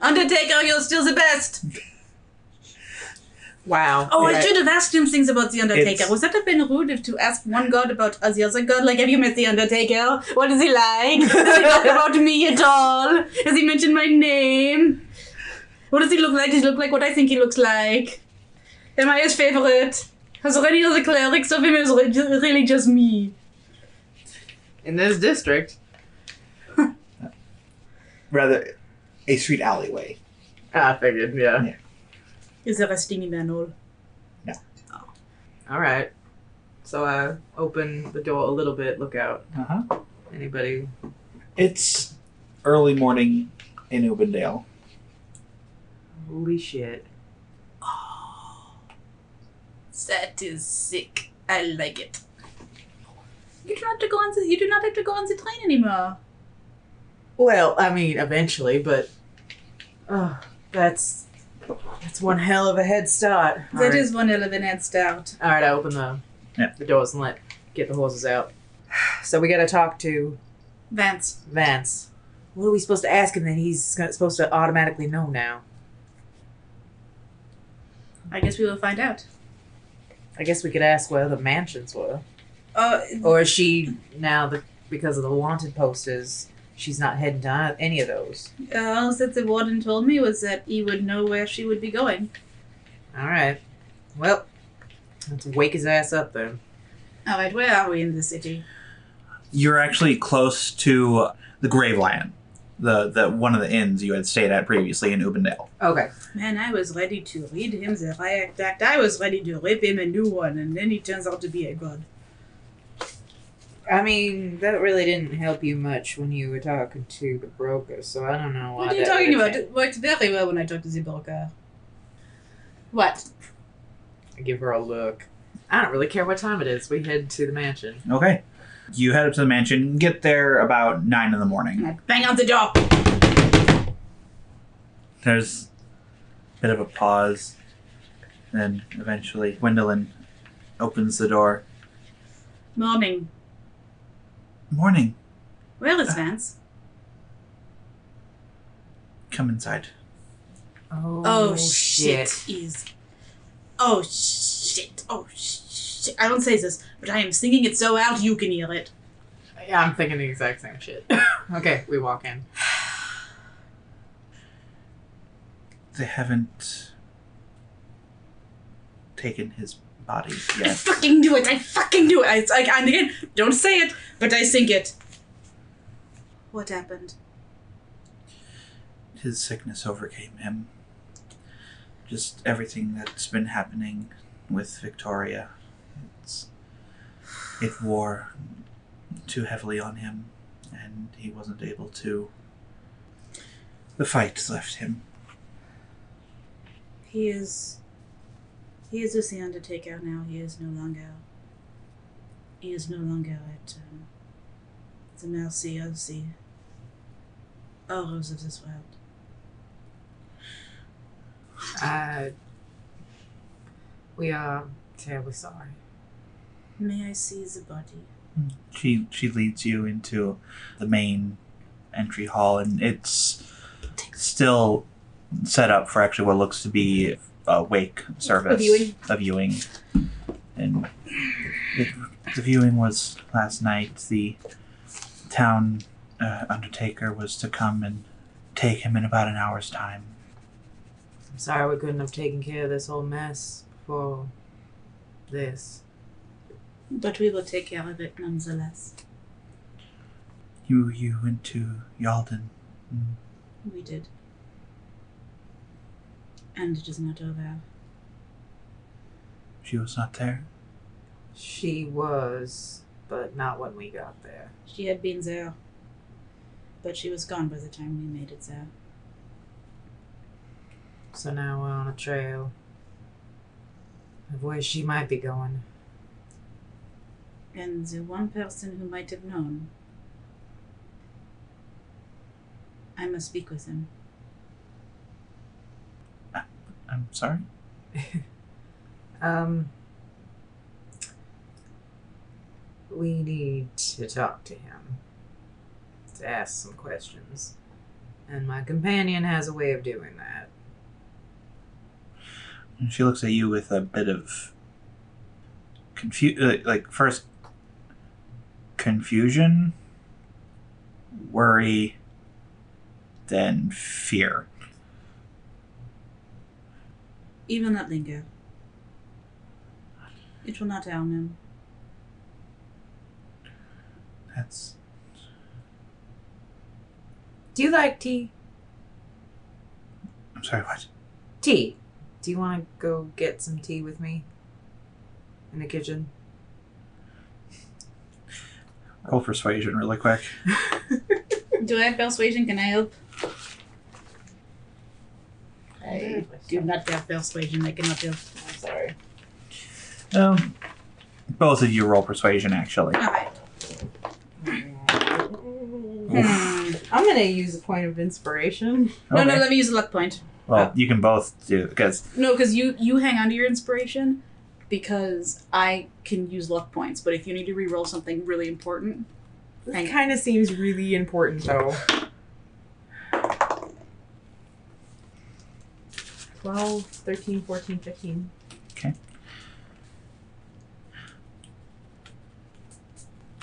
S1: Undertaker, you're still the best.
S6: Wow.
S5: Oh, I
S6: Yeah.
S5: should have asked him things about the Undertaker.
S8: It's-
S5: Would that have been rude if to ask one god about uh, the other god? Like, have you met the Undertaker? What is he like? Does he talk about me at all? Has he mentioned my name? What does he look like? Does he look like what I think he looks like? Am I his favorite? Has any other clerics of him is re- ju- really just me?
S6: In this district.
S8: Rather, a street alleyway.
S6: Ah, I figured, yeah.
S5: Is there a steamy manhole?
S6: All right. So I open the door a little bit, look out.
S8: Uh huh.
S6: Uh-huh. Anybody?
S8: It's early morning in Ubendale.
S6: Holy shit.
S5: That is sick. I like it. You do not have to go on the you do not have to go on the train anymore.
S6: Well, I mean, eventually, but oh, that's that's one hell of a head start. All
S5: That
S6: right.
S5: is one eleven head start.
S6: All right, I open the
S8: Yeah.
S6: the doors and let get the horses out. So we got to talk to
S5: Vance.
S6: Vance. What are we supposed to ask him that he's gonna- supposed to automatically know now?
S5: I guess we will find out.
S6: I guess we could ask where the mansions were.
S5: Uh,
S6: Or is she now the, because of the wanted posters, she's not heading to any of those.
S5: uh, all that the warden told me was that he would know where she would be going.
S6: All right. Well, let's wake his ass up then.
S5: All right, where are we in the city?
S8: You're actually close to the Gravelion, the, Uh, the one of the inns you had stayed at previously in Ubendale.
S6: Okay.
S5: Man, I was ready to read him the riot act. I was ready to rip him a new one, and then he turns out to be a god.
S6: I mean, that really didn't help you much when you were talking to the broker, so I don't know why.
S5: What are you
S6: that
S5: talking
S6: would've
S5: about?
S6: changed.
S5: It worked very well when I talked to the broker. What?
S6: I give her a look. I don't really care what time it is. We head to the mansion.
S8: Okay. You head up to the mansion, get there about 9 in the morning.
S5: Bang out the door!
S8: There's a bit of a pause, and then eventually Gwendolyn opens the door.
S5: Morning.
S8: Morning.
S5: Where
S6: Ah.
S5: is Vance?
S8: Come inside.
S1: Oh,
S5: Is oh shit. Oh shit. I don't say this, but I am singing it so out you can hear it.
S1: Yeah, I'm thinking the exact same shit. okay, we walk in.
S8: They haven't taken his body
S5: I
S8: yet.
S5: fucking do it. I fucking do it. I, it's like and again, don't say it, but I sing it. What happened?
S8: His sickness overcame him. Just everything that's been happening with Victoria. It's, it wore too heavily on him, and he wasn't able to. The fight left him.
S5: He is. He is just the Undertaker now. He is no longer. He is no longer at um, the mercy of the horrors of this world.
S1: Uh, we are terribly sorry.
S5: May I see the body?
S8: She she leads you into the main entry hall, and it's still set up for actually what looks to be a wake service,
S5: A viewing.
S8: a viewing. And it, the viewing was last night. The town uh, undertaker was to come and take him in about an hour's time.
S1: I'm sorry we couldn't have taken care of this whole mess before this.
S5: But we will take care of it nonetheless.
S8: You you went to Yalden. Mm.
S5: We did. And it is not over.
S8: She was not there.
S1: She was, but not when we got there.
S5: She had been there, but she was gone by the time we made it there.
S1: So now we're on a trail of where she might be going.
S5: And the one person who might have known. I must speak with him.
S8: I'm sorry.
S1: Um, we need to talk to him to ask some questions, and my companion has a way of doing that.
S8: And she looks at you with a bit of confusion, like first confusion, worry, then fear.
S5: He will not linger. It will not harm him.
S8: That's
S1: Do you like tea?
S8: I'm sorry. What?
S1: Tea. Do you want to go get some tea with me in the kitchen?
S8: Roll persuasion really quick.
S3: Do I have persuasion? Can I help?
S5: I do not have persuasion. I cannot help.
S3: I'm sorry.
S8: Um, both of you roll persuasion actually.
S5: Hmm.
S1: I'm gonna use a point of inspiration.
S3: No, no,
S8: Okay.
S3: let me use a luck point.
S8: Well, you can both do because
S3: No, because you you hang on to your inspiration because I can use luck points. But if you need to reroll something really important,
S1: It kind of seems really important though. Twelve, thirteen, fourteen, fifteen.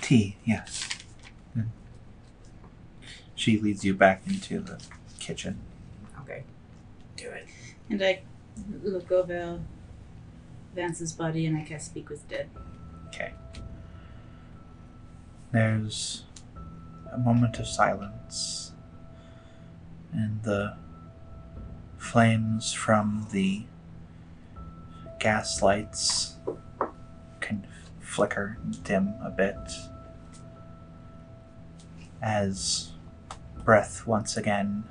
S8: tea. Yes. Good. She leads you back into the kitchen.
S1: Okay.
S5: And I look over Vance's body and I cast speak with dead.
S8: There's a moment of silence, and the flames from the gas lights kind of flicker and dim a bit as breath once again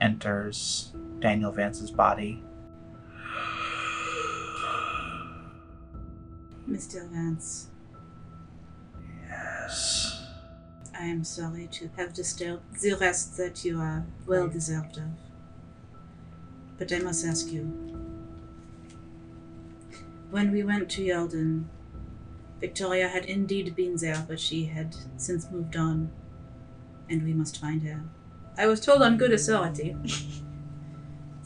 S8: enters Daniel Vance's body.
S5: Mr. Vance,
S8: Yes.
S5: I am sorry to have disturbed the rest that you are well deserved of. But I must ask you When we went to Yalden, Victoria had indeed been there, but she had since moved on, and we must find her. I was told on good authority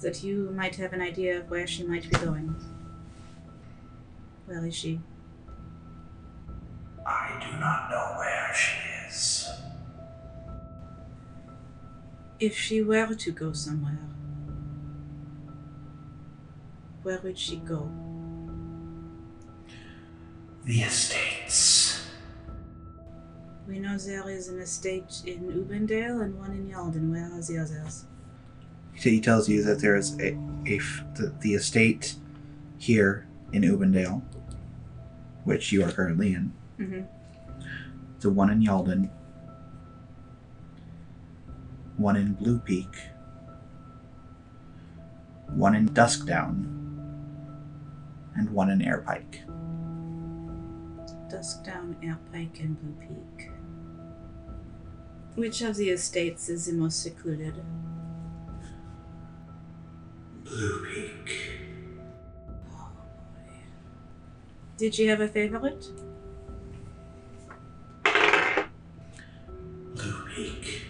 S5: that you might have an idea of where she might be going. Where is she?
S8: I do not know where she is.
S5: If she were to go somewhere, where would she go?
S8: The estates.
S5: We know there is an estate in Ubendale and one in Yalden. Where are the others?
S3: He tells you that there is a, a f- the, the estate here in Ubendale, which you are currently in.
S5: Mm-hmm.
S3: The one in Yalden, one in Blue Peak, one in Duskdown, and one in Airpike.
S5: Duskdown, Airpike, and Blue Peak. Which of the estates is the most secluded?
S8: Blue Peak.
S5: Did you have a favorite?
S8: Blue Peak.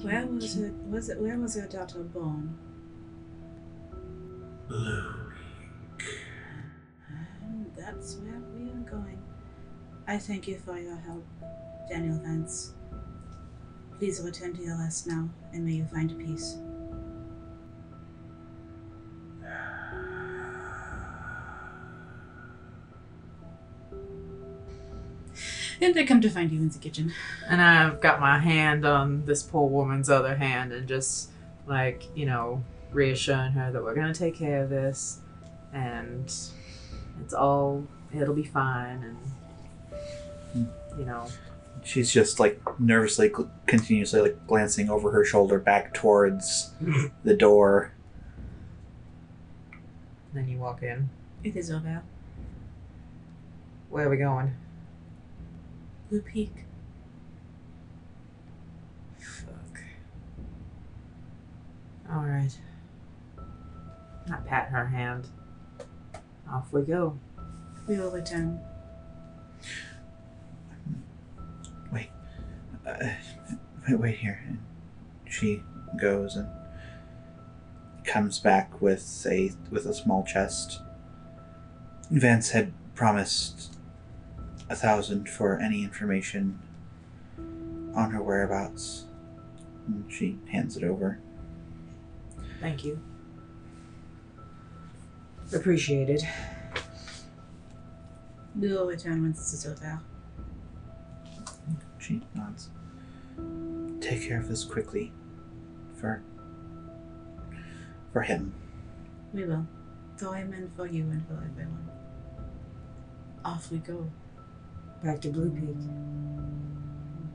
S5: Where was her, was it, where was her daughter born?
S8: Blue.
S5: And that's where we are going. I thank you for your help, Daniel Vance. Please return to your rest now, and may you find peace. And I come to find you in the kitchen.
S6: And I've got my hand on this poor woman's other hand and just like, you know, reassuring her that we're gonna take care of this and it's all it'll be fine and you know
S3: She's just like nervously, gl- continuously like glancing over her shoulder back towards the door.
S6: then you walk in.
S5: It is over.
S6: Where are we going?
S5: Blue Peak.
S6: Fuck. Alright. I pat her hand. Off we go.
S5: We will return.
S3: Uh, wait, wait here. And she goes and comes back with a with a small chest. Vance had promised a thousand for any information on her whereabouts. And she hands it over.
S6: Thank you. Appreciated.
S5: We will return once this is over.
S3: She nods. Take care of this quickly. For for him.
S5: We will. For him and for you and for everyone. Off we go.
S6: Back to Blue Peak.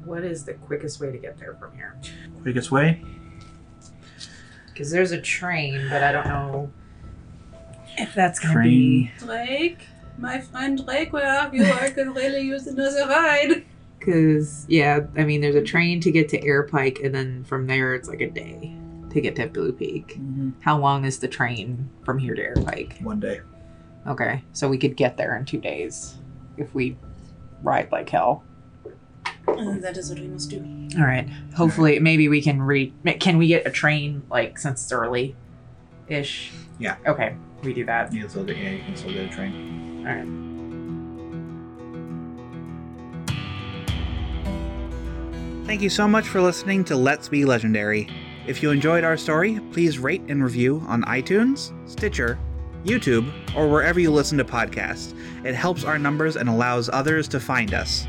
S6: What is the quickest way to get there from here?
S8: Quickest way?
S6: Because there's a train, but I don't know if that's gonna
S8: Train.
S6: be.
S5: Drake, my friend Drake, where are you? I could really use another ride.
S6: Because yeah, I mean, there's a train to get to Air Pike, and then from there it's like a day to get to Blue Peak. How long is the train from here to Air Pike?
S3: One day.
S6: Okay, so we could get there in two days if we ride like hell.
S5: And Mm, that is what we must do.
S6: All right. Hopefully, maybe we can read. Can we get a train like since it's early, ish?
S3: Yeah.
S6: Okay, we do that.
S3: Yeah, so yeah, you can still get a train. Thank you so much for listening to Let's Be Legendary. If you enjoyed our story, please rate and review on iTunes, Stitcher, YouTube, or wherever you listen to podcasts. It helps our numbers and allows others to find us.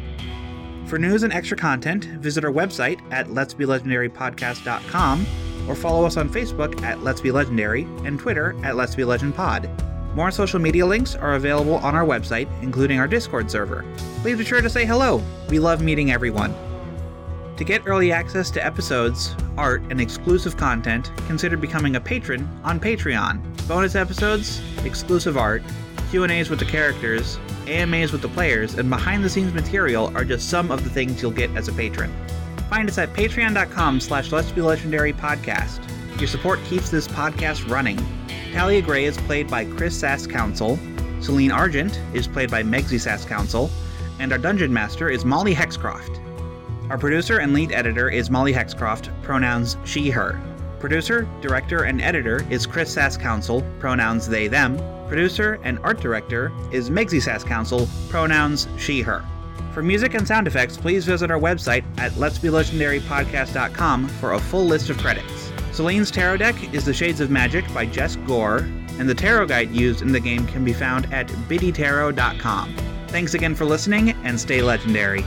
S3: For news and extra content, visit our website at letsbelegendarypodcast.com or follow us on Facebook at Let's Be Legendary and Twitter at Let's Be Legend Pod. More social media links are available on our website, including our Discord server. Please be sure to say hello. We love meeting everyone. To get early access to episodes, art, and exclusive content, consider becoming a patron on Patreon. Bonus episodes, exclusive art, Q&As with the characters, AMAs with the players, and behind-the-scenes material are just some of the things you'll get as a patron. Find us at patreon.com slash let's be legendary podcast. Your support keeps this podcast running. To Talia Gray is played by Chris Sass Council. Celine Argent is played by Megsy Sass Council. And our dungeon master is Molly Hexcroft. Our producer and lead editor is Molly Hexcroft, pronouns she, her. Producer, director, and editor is Chris Sass Council, pronouns they, them. Producer and art director is Megsy Sass Council, pronouns she, her. For music and sound effects, please visit our website at letsbelegendarypodcast.com for a full list of credits. Celine's tarot deck is The Shades of Magic by Jess Gore, and the tarot guide used in the game can be found at biddytarot.com. Thanks again for listening, and stay legendary.